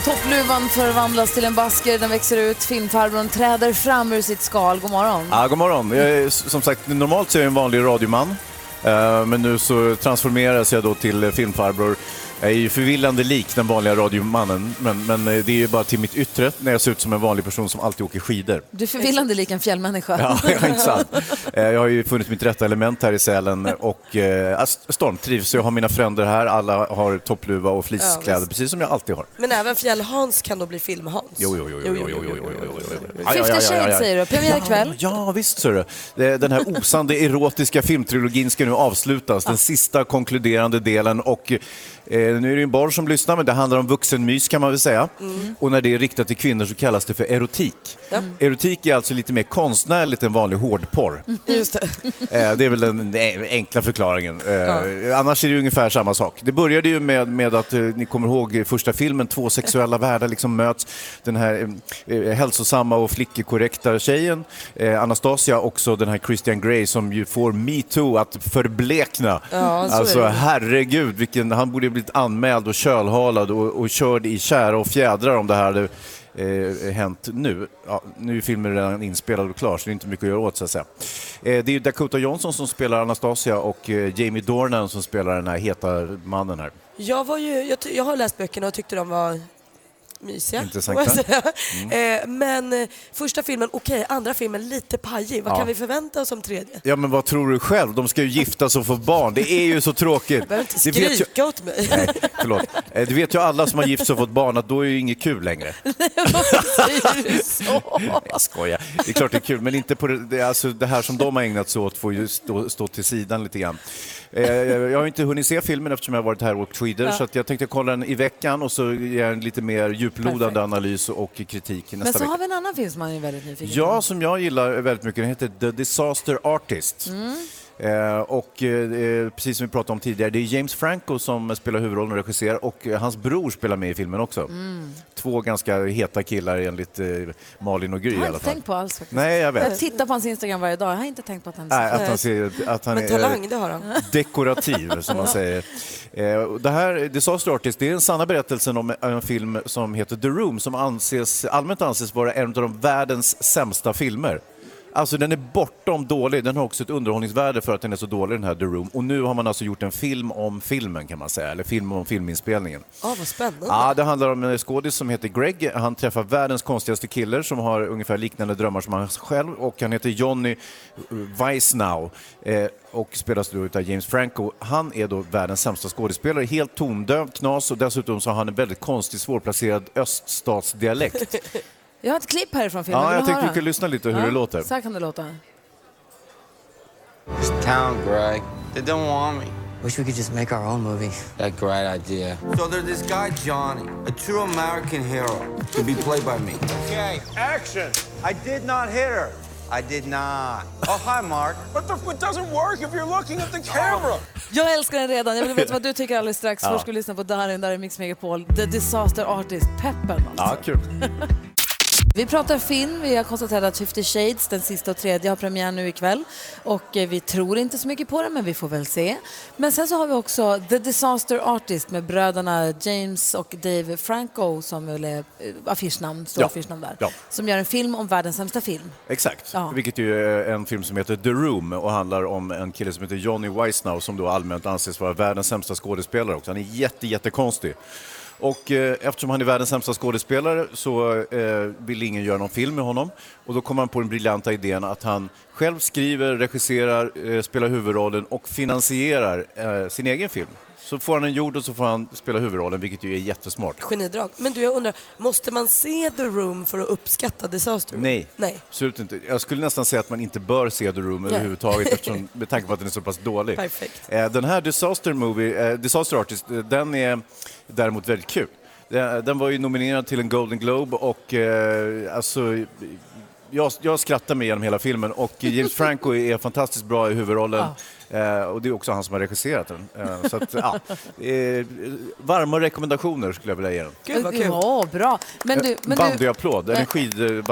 S2: Toppluvan förvandlas till en basker, den växer ut, filmfarbrorn träder fram ur sitt skal. God morgon.
S3: Ja, god morgon. Jag är, s- som sagt, normalt så är jag en vanlig radioman. Eh, Men nu så transformeras jag då till eh, filmfarbror. Jag är ju förvillande lik den vanliga radiomannen, men, men eh, det är ju bara till mitt yttre när jag ser ut som en vanlig person som alltid åker skidor.
S2: Du är förvillande lik en fjällmänniska.
S3: Ja, ja, inte sant. Eh, Jag har ju funnit mitt rätta element här i Sälen och eh, ja, stormtrivs. Så Jag har mina fränder här, alla har toppluva och
S4: Ja,
S3: fleecekläder,
S4: visst.
S3: precis som jag alltid har.
S4: Men även Fjäll-Hans kan då bli Film-Hans.
S3: Jo, jo, jo, jo, jo, jo, jo, jo, jo, jo, jo.
S4: Fifty
S3: Ja, ja, ja, ja,
S4: Shades
S3: ja.
S4: säger du. Premiär ikväll.
S3: Ja, ja, visst ser du. Den här osande erotiska filmtrilogin ska nu avslutas, den sista konkluderande delen. Och eh, nu är det en barn som lyssnar, men det handlar om vuxenmys kan man väl säga.
S19: Mm.
S3: Och när det är riktat till kvinnor så kallas det för erotik. Erotik är alltså lite mer konstnärligt än vanlig hårdporr.
S4: Just det.
S3: Eh, Det är väl den eh, enkla förklaringen. Eh, Annars är det ju ungefär samma sak. Det började ju med, med att eh, ni kommer ihåg eh, första filmen, två sexuella världar liksom möts. Den här eh, eh, hälsosamma och flickekorrekta tjejen, eh, Anastasia, också den här Christian Grey som ju får metoo att förblekna.
S19: Ja, så är
S3: alltså
S19: det.
S3: herregud, vilken, han borde ju blivit anmäld och kölhalad och, och körd i kära och fjädrar om det här hade eh, hänt nu. Ja, nu är filmen redan inspelad och klar, så det är inte mycket att göra åt. Så att säga. Eh, det är ju Dakota Johnson som spelar Anastasia och eh, Jamie Dornan som spelar den här heta mannen här.
S4: Jag, var ju, jag, ty- jag har läst böckerna och tyckte de var mysiga.
S3: Intressanta. Mm.
S4: får jag säga. Eh, Men eh, första filmen okej, andra filmen lite pajig. Vad
S3: Ja.
S4: kan vi förvänta oss om tredje?
S3: Ja, men vad tror du själv? De ska ju giftas och få barn. Det är ju så tråkigt.
S4: Du behöver inte
S3: Det vet ju-
S4: skrika åt mig.
S3: Nej, förlåt. Eh, Det vet ju alla som har gifts och fått barn att då är ju inget kul längre. Jag skojar. Det är klart det är kul, men inte på det, det, alltså det här som de har ägnat sig åt får ju stå, stå till sidan lite grann. Eh, jag har inte hunnit se filmen eftersom jag har varit här och åkt skidor,
S2: Ja.
S3: så att jag tänkte kolla den i veckan och så ger jag en lite mer djuplodande analys och kritik nästa
S2: Men så
S3: vecka.
S2: har vi en annan film som man är väldigt nyfiken på.
S3: Ja, som jag gillar väldigt mycket, den heter The Disaster Artist.
S2: Mm.
S3: Eh, och eh, eh, precis som vi pratade om tidigare, det är James Franco som spelar huvudrollen och regisserar och eh, hans bror spelar med i filmen också.
S2: Mm.
S3: Två ganska heta killar enligt eh, Malin och Gry
S2: Jag
S3: i
S2: har
S3: alla
S2: inte
S3: fall.
S2: tänkt på alls faktiskt.
S3: Nej, jag vet.
S2: Jag tittar på hans Instagram varje dag. Jag har inte tänkt på att han
S3: Nej, att han, ser, att han
S4: Men
S3: är
S4: eh,
S3: eh,
S4: talang, det har han.
S3: dekorativ, som man
S4: Ja.
S3: säger. Eh, och Det här, Disaster Artist, det är den sanna berättelsen om en film som heter The Room som anses, allmänt anses vara en av de världens sämsta filmer. Alltså den är bortom dålig, den har också ett underhållningsvärde för att den är så dålig den här The Room. Och nu har man alltså gjort en film om filmen kan man säga, eller film om filminspelningen.
S4: Ja, vad spännande.
S3: Ja, det handlar om en skådis som heter Greg. Han träffar världens konstigaste killer som har ungefär liknande drömmar som han själv och han heter Johnny Weissnau eh, och spelas då utav James Franco. Han är då världens sämsta skådespelare, helt tondövd, knas och dessutom så har han en väldigt konstig svårplacerad öststatsdialekt.
S2: Jag har ett klipp härifrån filmen.
S3: ja,
S2: Vill
S3: jag
S2: du
S3: tänkte vi
S2: höra?
S3: kunde lyssna lite hur
S2: Ja,
S3: det låter.
S2: Så här kan det låta.
S20: This town, Greg. They don't want me.
S21: Wish we could just make our own movie.
S22: A great idea.
S23: So there's this guy, Johnny, a true American hero, to be played by me.
S18: Okay, action.
S23: I did not hit her. I did not. Oh, hi, Mark.
S18: But the, it doesn't work if you're looking at the camera.
S2: Jag älskar den redan. Jag vill veta vad du tycker alldeles strax.
S3: Ja.
S2: Först ska vi lyssna på Darin, där är Mix Megapol. The Disaster Artist, peppen alltså.
S3: Ja, kul.
S2: Vi pratar film. Vi har konstaterat att Fifty Shades, den sista och tredje, har premiär nu ikväll. Och eh, vi tror inte så mycket på den, men vi får väl se. Men sen så har vi också The Disaster Artist med bröderna James och Dave Franco som väl är eh, affischnamn, stora
S3: Ja.
S2: affischnamn där.
S3: Ja.
S2: Som gör en film om världens sämsta film.
S3: Exakt,
S2: Ja.
S3: vilket ju är en film som heter The Room och handlar om en kille som heter Johnny Weissnow som då allmänt anses vara världens sämsta skådespelare också. Han är jätte, jättekonstig. Och eh, eftersom han är världens sämsta skådespelare så eh, vill ingen göra någon film med honom. Och då kom han på den briljanta idén att han själv skriver, regisserar, eh, spelar huvudrollen och finansierar eh, sin egen film. Så får han en gjord och så får han spela huvudrollen, vilket ju är jättesmart.
S4: Genidrag. Men du, jag undrar, måste man se The Room för att uppskatta Disaster Room?
S3: Nej.
S4: Nej.
S3: absolut inte. Jag skulle nästan säga att man inte bör se The Room
S4: Nej.
S3: överhuvudtaget eftersom, med tanke på att den är så pass dålig.
S4: Perfekt.
S3: Eh, Den här Disaster, Movie, eh, Disaster Artist, eh, den är däremot väldigt kul. Den den var ju nominerad till en Golden Globe och eh, alltså, jag, jag skrattar mig genom hela filmen och James Franco är fantastiskt bra i huvudrollen. Eh, och det är också han som har regisserat den. Eh, så att, ja, eh, varma rekommendationer skulle jag vilja ge den.
S2: Gud vad kul. Ja, bra. Men
S3: Eh,
S2: du, men du,
S3: Bandyapplåd, eller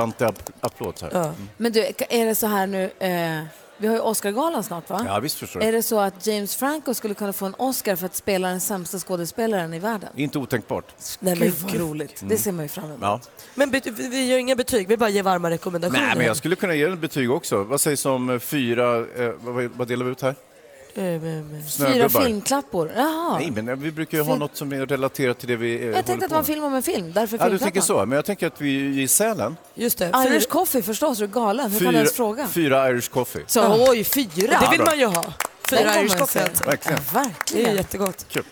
S3: skidbandyapplåd. Så här.
S2: Ja. Men du, är det så här nu, eh, vi har ju Oscargalan snart va?
S3: Ja, visst förstår jag.
S2: Är det så att James Franco skulle kunna få en Oscar för att spela den sämsta skådespelaren i världen?
S3: Inte otänkbart.
S2: Nej, men
S4: men
S2: Gud vad
S4: gud.
S2: roligt.
S3: Mm.
S2: Det ser man ju fram emot.
S3: Ja.
S4: Men bet- vi vi gör inga betyg, vi bara ger varma rekommendationer.
S3: Nej, men jag skulle kunna ge den betyg också. Vad sägs om eh, fyra, eh, vad, vad delar vi ut här?
S4: Eh,
S2: Fyra
S3: Mm. Snögubbar.
S2: filmklappor. Jaha.
S3: Nej, men eh, vi brukar ju ha
S2: Fil-
S3: något som är relaterat till det vi eh,
S2: jag tänkte att det var en film om en film, därför
S3: Ja, du
S2: filmklapparna.
S3: tänker så. Men jag tänker att vi i Sälen,
S4: Just det.
S2: Irish coffee förstås, är du galen? Hur kan du
S3: fyra,
S2: ens fråga?
S3: fyra Irish coffee.
S2: Så, oj, fyra!
S4: Det vill man ju ha.
S2: Den
S4: Fyra
S2: kommer
S4: Irish
S2: jag
S4: coffee
S2: säga.
S4: alltså.
S3: Verkligen.
S2: Ja, verkligen.
S4: Det är jättegott.
S3: Kul.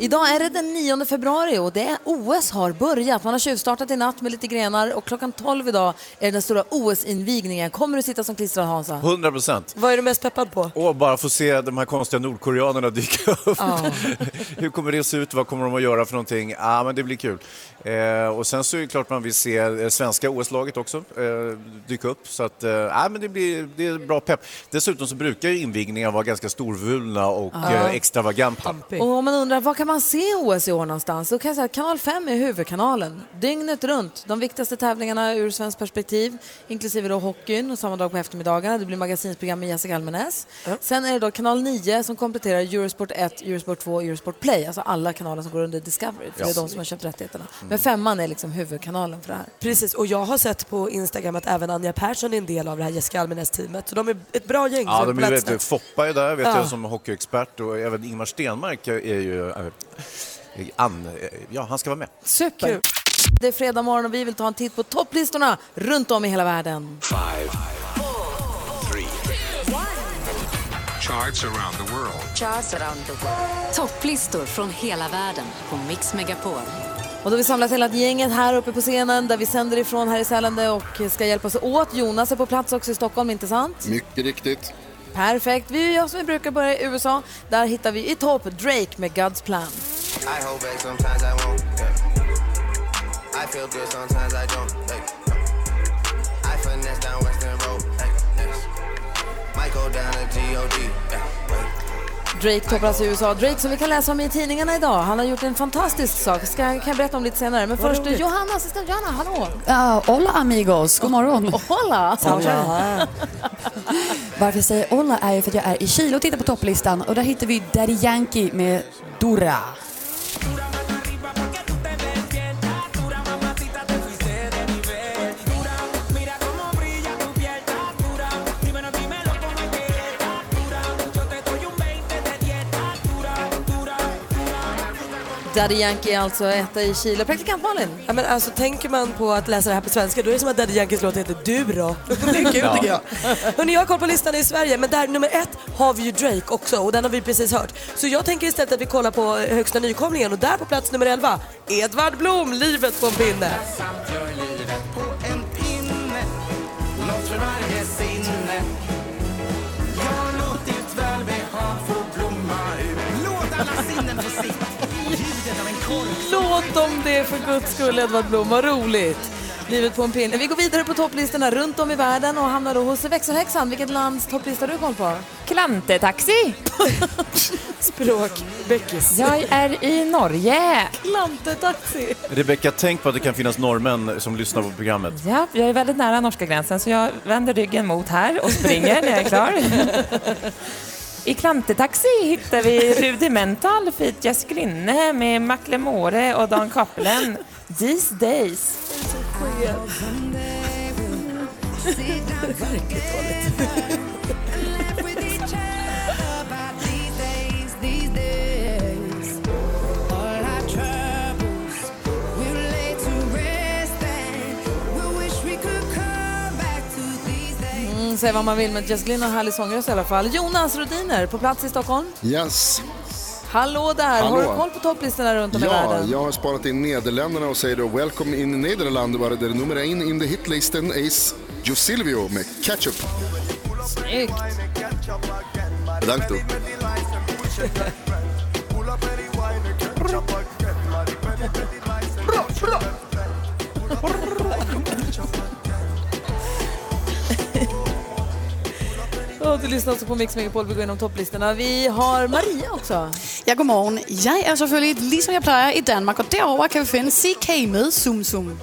S2: Idag är det den 9 februari och det är OS har börjat. Man har tjuvstartat i natt med lite grenar och klockan 12 idag är den stora OS-invigningen. Kommer du sitta som klistrad Hansa?
S3: 100 procent.
S4: Vad är du mest peppad på?
S3: Och bara få se de här konstiga nordkoreanerna dyka upp.
S2: Ja.
S3: Hur kommer det se ut? Vad kommer de att göra för någonting? ah, men det blir kul. Eh, och sen så är det klart man vill se eh, svenska OS-laget också eh, dyka upp. Så att, eh, ah, men det, blir, det är bra pepp. Dessutom så brukar ju invigningar vara ganska storvulna och
S2: Ja.
S3: eh, extravaganta.
S2: Och om man undrar var kan man se OS i år någonstans? Då kan jag säga att kanal 5 är huvudkanalen. Dygnet runt. De viktigaste tävlingarna ur svenskt perspektiv, inklusive då hockeyn och samma dag på eftermiddagarna. Det blir magasinsprogram med Jessica Almenäs. Sen är det då kanal 9 som kompletterar Eurosport 1, Eurosport 2 och Eurosport Play. Alltså alla kanaler som går under Discovery, för
S4: Ja.
S2: det är de som har köpt rättigheterna. Men femman är liksom huvudkanalen för det här.
S4: Precis, och jag har sett på Instagram att även Anja Persson är en del av det här Jessica Almenäs-teamet. Så de är ett bra gäng
S3: Ja,
S4: som
S3: de
S4: på
S3: är,
S4: plats
S3: vet,
S4: där.
S3: Foppa är där vet
S4: Ja.
S3: jag, som hockeyexpert och även Ingmar Stenmark är ju... eh, an, eh, ja, han ska vara med.
S2: Super! Det är fredag morgon och vi vill ta en titt på topplistorna runt om i hela världen.
S18: Five, three, charts around the world.
S24: Charts around the world. Topplistor från hela världen på Mix Megapol.
S2: Och då har vi samlat hela gänget här uppe på scenen där vi sänder ifrån här i Sälande och ska hjälpas åt. Jonas är på plats också i Stockholm, inte sant?
S25: Mycket riktigt.
S2: Perfekt. Vi gör som vi brukar börja i USA. Där hittar vi i topp Drake med God's Plan.
S23: I hold back sometimes I won't. yeah. I feel good sometimes I don't. like, no. I finesse down Western Road. like, yes. Might go down to G.O.D. yeah, wait.
S2: Drake toppras i USA. Drake som vi kan läsa om i tidningarna idag. Han har gjort en fantastisk sak. Ska, kan jag berätta om lite senare. Men
S26: Vad
S2: först
S26: roligt.
S2: Johanna, assistent Johanna, hallå!
S15: Ja, Ah, hola amigos, god morgon.
S2: Hola!
S15: Hola. Varför jag säger hola är ju för att jag är i Chile och tittar på topplistan och där hittar vi Daddy Yankee med Dura.
S2: Daddy Yankee är alltså etta i Chile. Praktikant Malin?
S4: Ja, men alltså, tänker man på att läsa det här på svenska då är det som att Daddy Yankees låt heter Du då. Det är kul
S2: Ja.
S4: tycker jag. Hörrni, jag har koll på listan i Sverige men där nummer ett har vi ju Drake också och den har vi precis hört. Så jag tänker istället att vi kollar på eh, högsta nykomlingen och där på plats nummer 11, Edvard Blom, Livet på en pinne.
S18: Samt gör livet på en pinne Något för varje sinne Jag har låtit välbehag få blomma ut
S2: Låt dem det för guds skull, Edvard Blom. Vad roligt. Livet på en pinne. Vi går vidare på topplistorna runt om i världen och hamnar då hos växelhäxan. Vilket lands topplista har du koll på?
S8: Klantetaxi!
S2: Språk. Bäckis.
S8: Jag är i Norge.
S2: Klantetaxi.
S3: Rebecka, tänk på att det kan finnas norrmän som lyssnar på programmet.
S8: Ja, jag är väldigt nära norska gränsen så jag vänder ryggen mot här och springer när jag är klar. I Klantetaxi hittar vi Rudimental, Fitjas Grinne med Macklemore och Dan Kapelen. These days.
S2: Mm, säg vad man vill, men Jess Glynn har härlig sångröst i alla fall. Jonas Rodiner på plats i Stockholm.
S27: Yes.
S2: Hallå där! Har
S27: Hallå.
S2: du koll på topplistorna runt om i
S27: Ja,
S2: världen?
S27: jag har sparat in Nederländerna och säger då Welcome in Nederland var det nummer en in the hitlisten Ace Josilvio med Ketchup.
S2: Snyggt!
S27: Bedankt då.
S2: Och du lyssnar också på Mix Megapol. Vi går igenom topplistorna. Vi har Maria också.
S15: Ja, godmorgen. Jeg er selvfølgelig, ligesom jeg plejer, i Danmark, og derover kan vi finde CK med Zoom Zoom.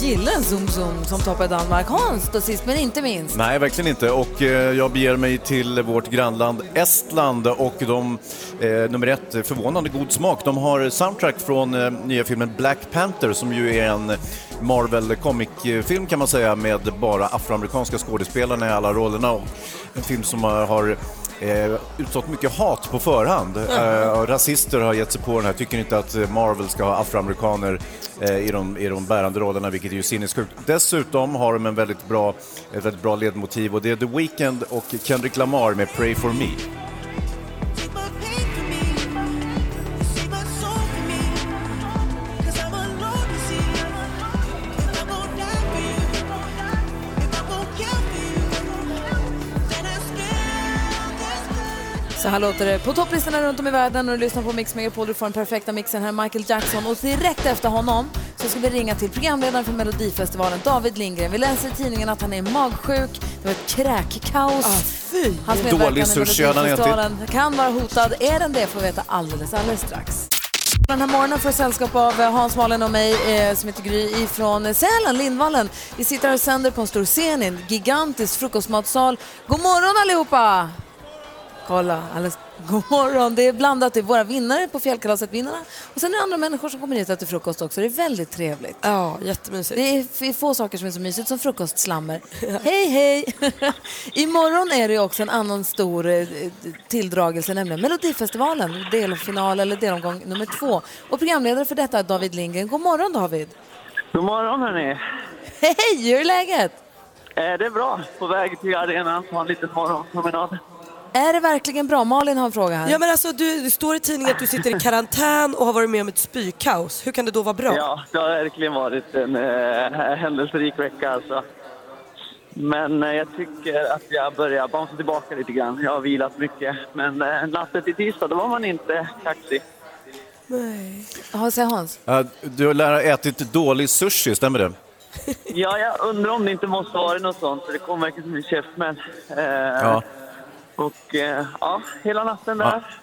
S2: Gillar Zoom Zoom som toppar i Danmark. Hans då sist men inte minst.
S3: Nej, verkligen inte. Och eh, jag beger mig till vårt grannland Estland och de, eh, nummer ett, förvånande god smak. De har soundtrack från eh, nya filmen Black Panther som ju är en Marvel Comic-film kan man säga med bara afroamerikanska skådespelarna i alla rollerna. Och en film som eh, har eh, utstått mycket hat på förhand. Eh, och rasister har gett sig på den här, tycker inte att eh, Marvel ska ha afroamerikaner eh, i, de, i de bärande rollerna, vilket är ju sinnessjukt. Dessutom har de en väldigt bra, ett väldigt bra ledmotiv och det är The Weeknd och Kendrick Lamar med Pray For Me.
S2: Så här låter det på topplistorna runt om i världen. Och du lyssnar på Mix Megapol. Du får den perfekta mixen här. Michael Jackson. Och direkt efter honom så ska vi ringa till programledaren för Melodifestivalen, David Lindgren. Vi läser i tidningen att han är magsjuk. Det var ett kräkkaos. Hans
S3: Dålig
S2: medverkan i
S3: sushi hade han ätit.
S2: Melodifestivalen kan vara hotad. Är den det får vi veta alldeles, alldeles strax. Den här morgonen får jag sällskap av eh, Hans Malin och mig eh, som heter Gry ifrån eh, Sälen, Lindvallen. Vi sitter här och sänder på en stor scen i en gigantisk frukostmatsal. God morgon allihopa! Kolla, alldeles, god morgon. Det är blandat. Det är våra vinnare på Fjällkalaset, vinnarna. Och sen är det andra människor som kommer hit och äter frukost också. Det är väldigt trevligt.
S4: Ja, jättemysigt.
S2: Det är f- få saker som är så mysigt som frukostslammer. hej, hej! Imorgon är det ju också en annan stor eh, tilldragelse, nämligen Melodifestivalen. Delfinal eller delomgång nummer två. Och programledare för detta är David Lindgren. God morgon David!
S23: God morgon hörni!
S2: Hej, hur är läget?
S23: Eh, det är bra. På väg till arenan, ta en liten morgonpromenad.
S2: Är det verkligen bra? Malin har en fråga här.
S4: Ja men alltså du, det står i tidningen att du sitter i karantän och har varit med om ett spykaos. Hur kan det då vara bra?
S23: Ja, det har verkligen varit en eh, händelserik vecka alltså. Men eh, jag tycker att jag börjar bamsa tillbaka lite grann. Jag har vilat mycket. Men eh, natten till tisdag, då var man inte kaxig.
S2: Nej. Ja, säg Hans.
S3: Eh, Du lär ha ätit dålig sushi, stämmer det?
S23: Ja, jag undrar om det inte måste vara något sånt, för det kom verkligen som en käftsmäll. Eh,
S3: Ja.
S23: Och eh, ja, hela natten där.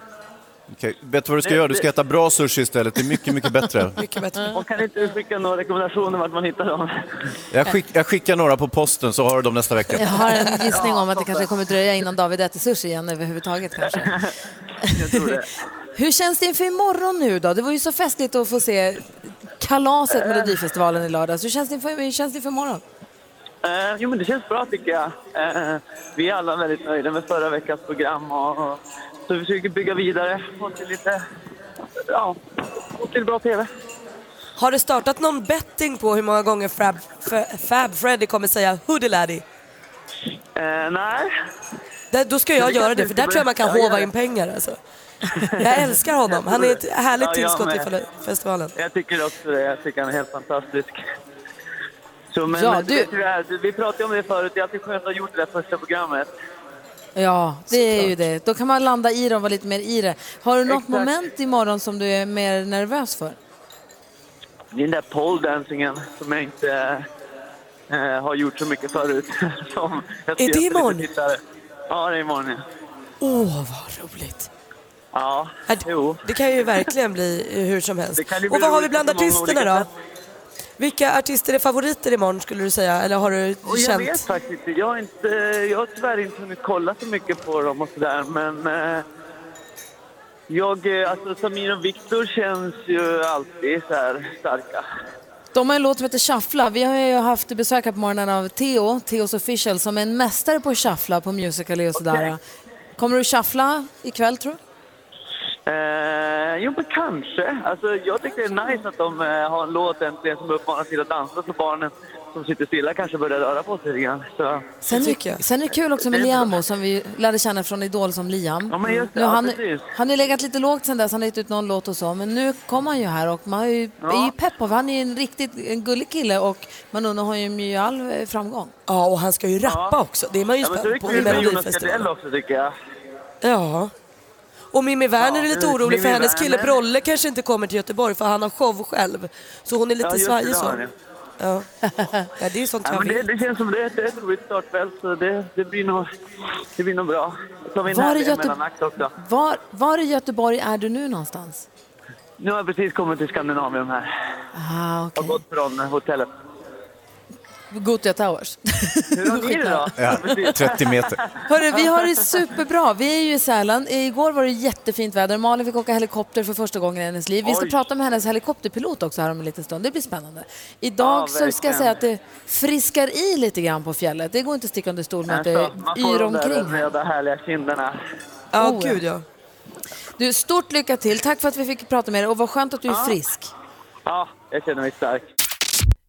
S3: Okej. Vet du vad du ska göra? Du ska äta bra sushi istället. Det är mycket, mycket bättre.
S23: Och kan inte du skicka några rekommendationer vart man hittar dem?
S3: Jag, skick, jag skickar några på posten så har du dem nästa vecka.
S2: Jag har en gissning om att det kanske kommer dröja innan David äter sushi igen överhuvudtaget kanske.
S23: Jag tror det.
S2: Hur känns det inför imorgon nu då? Det var ju så festligt att få se kalaset Melodifestivalen i lördags. Hur känns det inför, hur känns det inför imorgon?
S23: Eh, jo, men det känns bra tycker jag. Eh, vi är alla väldigt nöjda med förra veckans program. Och, och, så vi försöker bygga vidare. Få till lite... Ja, få till bra TV.
S4: Har det startat någon betting på hur många gånger Fab, F- Fab Freddy kommer säga Hoodie Laddie?
S23: nej.
S4: Där, då ska jag
S23: Men det
S4: göra
S23: kanske
S4: det för där
S23: inte
S4: tror jag man kan
S23: blir- ja,
S4: håva
S23: gör
S4: in pengar alltså. Jag älskar honom. Han är ett härligt
S23: Ja, jag
S4: tillskott i
S23: med.
S4: fe- festivalen.
S23: Jag tycker också det. Jag tycker han är helt fantastisk. Så, men,
S2: Ja,
S23: men
S2: du-
S23: tyvärr, vi pratade om det förut. Det är alltid skönt att ha gjort det där första programmet.
S2: Ja, det är ju det. Då kan man landa i det och vara lite mer i det. Har du något moment imorgon som du är mer nervös för?
S23: Det är den där poledancingen som jag inte eh, har gjort så mycket förut. som jag
S4: Är det
S23: ser att
S4: imorgon?
S23: lite tittare. Ja, det är imorgon. ja.
S4: Åh, vad roligt.
S23: Ja,
S4: jo. Det kan ju verkligen bli hur som helst.
S23: Det kan ju bli
S4: Och vad har vi
S23: roligt
S4: bland
S23: på många
S4: artisterna
S23: olika
S4: då? Vilka artister är favoriter imorgon skulle du säga? Eller har du
S23: Och jag
S4: känt?
S23: vet faktiskt inte. Jag har, inte, jag har tyvärr inte hunnit kolla så mycket på dem och sådär, men... Eh, jag, eh, alltså Samir och Viktor känns ju alltid så här starka.
S2: De har en låt som heter Shuffla. Vi har ju haft besök här på morgonen av Theo, Theos Official, som är en mästare på att shuffla på Musical.ly och sådär. Kommer du shuffla ikväll tror du?
S23: Eh, jo, men kanske. Alltså, jag tycker det är nice att de eh, har en låt äntligen som uppmanar till att dansa så barnen som sitter stilla kanske börjar röra på sig lite grann. Så,
S2: Sen är, sen är det kul också med Liamo som vi lärde känna från Idol som Liam.
S23: Ja, men just det.
S2: Nu,
S23: Ja,
S2: han,
S23: precis.
S2: han har ju legat lite lågt sen dess, han har gett ut någon låt och så, men nu kom han ju här och man är ju, är ju pepp på han är ju en riktigt en gullig kille och man undrar har ju ju all eh, framgång.
S4: Ja, och han ska ju rappa också. Det är man ju
S23: ja, men så är det
S4: spänd på i
S23: kul med Jonas Gardell
S4: Melodifestivalen.
S23: också tycker jag.
S4: Ja. Och Mimmi Werner är lite
S23: eh, Mimmi
S4: orolig för hennes
S23: Werner.
S4: kille Brolle kanske inte kommer till Göteborg för han har show själv. Så hon är lite
S23: Ja, just det,
S4: svajig
S23: det
S4: så.
S23: har han,
S4: Ja. ja, det är sånt
S23: Ja,
S4: jag
S23: men det,
S4: vill.
S23: det känns som det, det är ett roligt startfält så det, det, blir nog, det blir nog bra. Så vi en
S2: Var är
S23: härlig
S2: Göte-
S23: mellanakt också.
S2: Var, var i Göteborg är du nu någonstans?
S23: Nu har jag precis kommit till Skandinavium här.
S2: Ah,
S23: Jag har gått från eh, hotellet.
S2: Gothia Towers.
S23: Hur har ni det då?
S3: Ja, 30 meter.
S2: Hörru, vi har det superbra. Vi är ju i Sälen. Igår var det jättefint väder. Malin fick åka helikopter för första gången i hennes liv. Vi ska
S23: Oj.
S2: prata med hennes helikopterpilot också här om en liten stund. Det blir spännande. Idag
S23: Ja,
S2: så ska jag
S23: verkligen.
S2: säga att det friskar i lite grann på fjället. Det går inte att sticka under stol med att det
S23: Alltså, man får
S2: yr
S23: de där
S2: omkring.
S23: röda härliga kinderna.
S2: Ja, Oh, ja. gud, ja. Du, stort lycka till. Tack för att vi fick prata med dig och vad skönt att du är frisk.
S23: Ja, jag känner mig stark.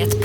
S28: Ett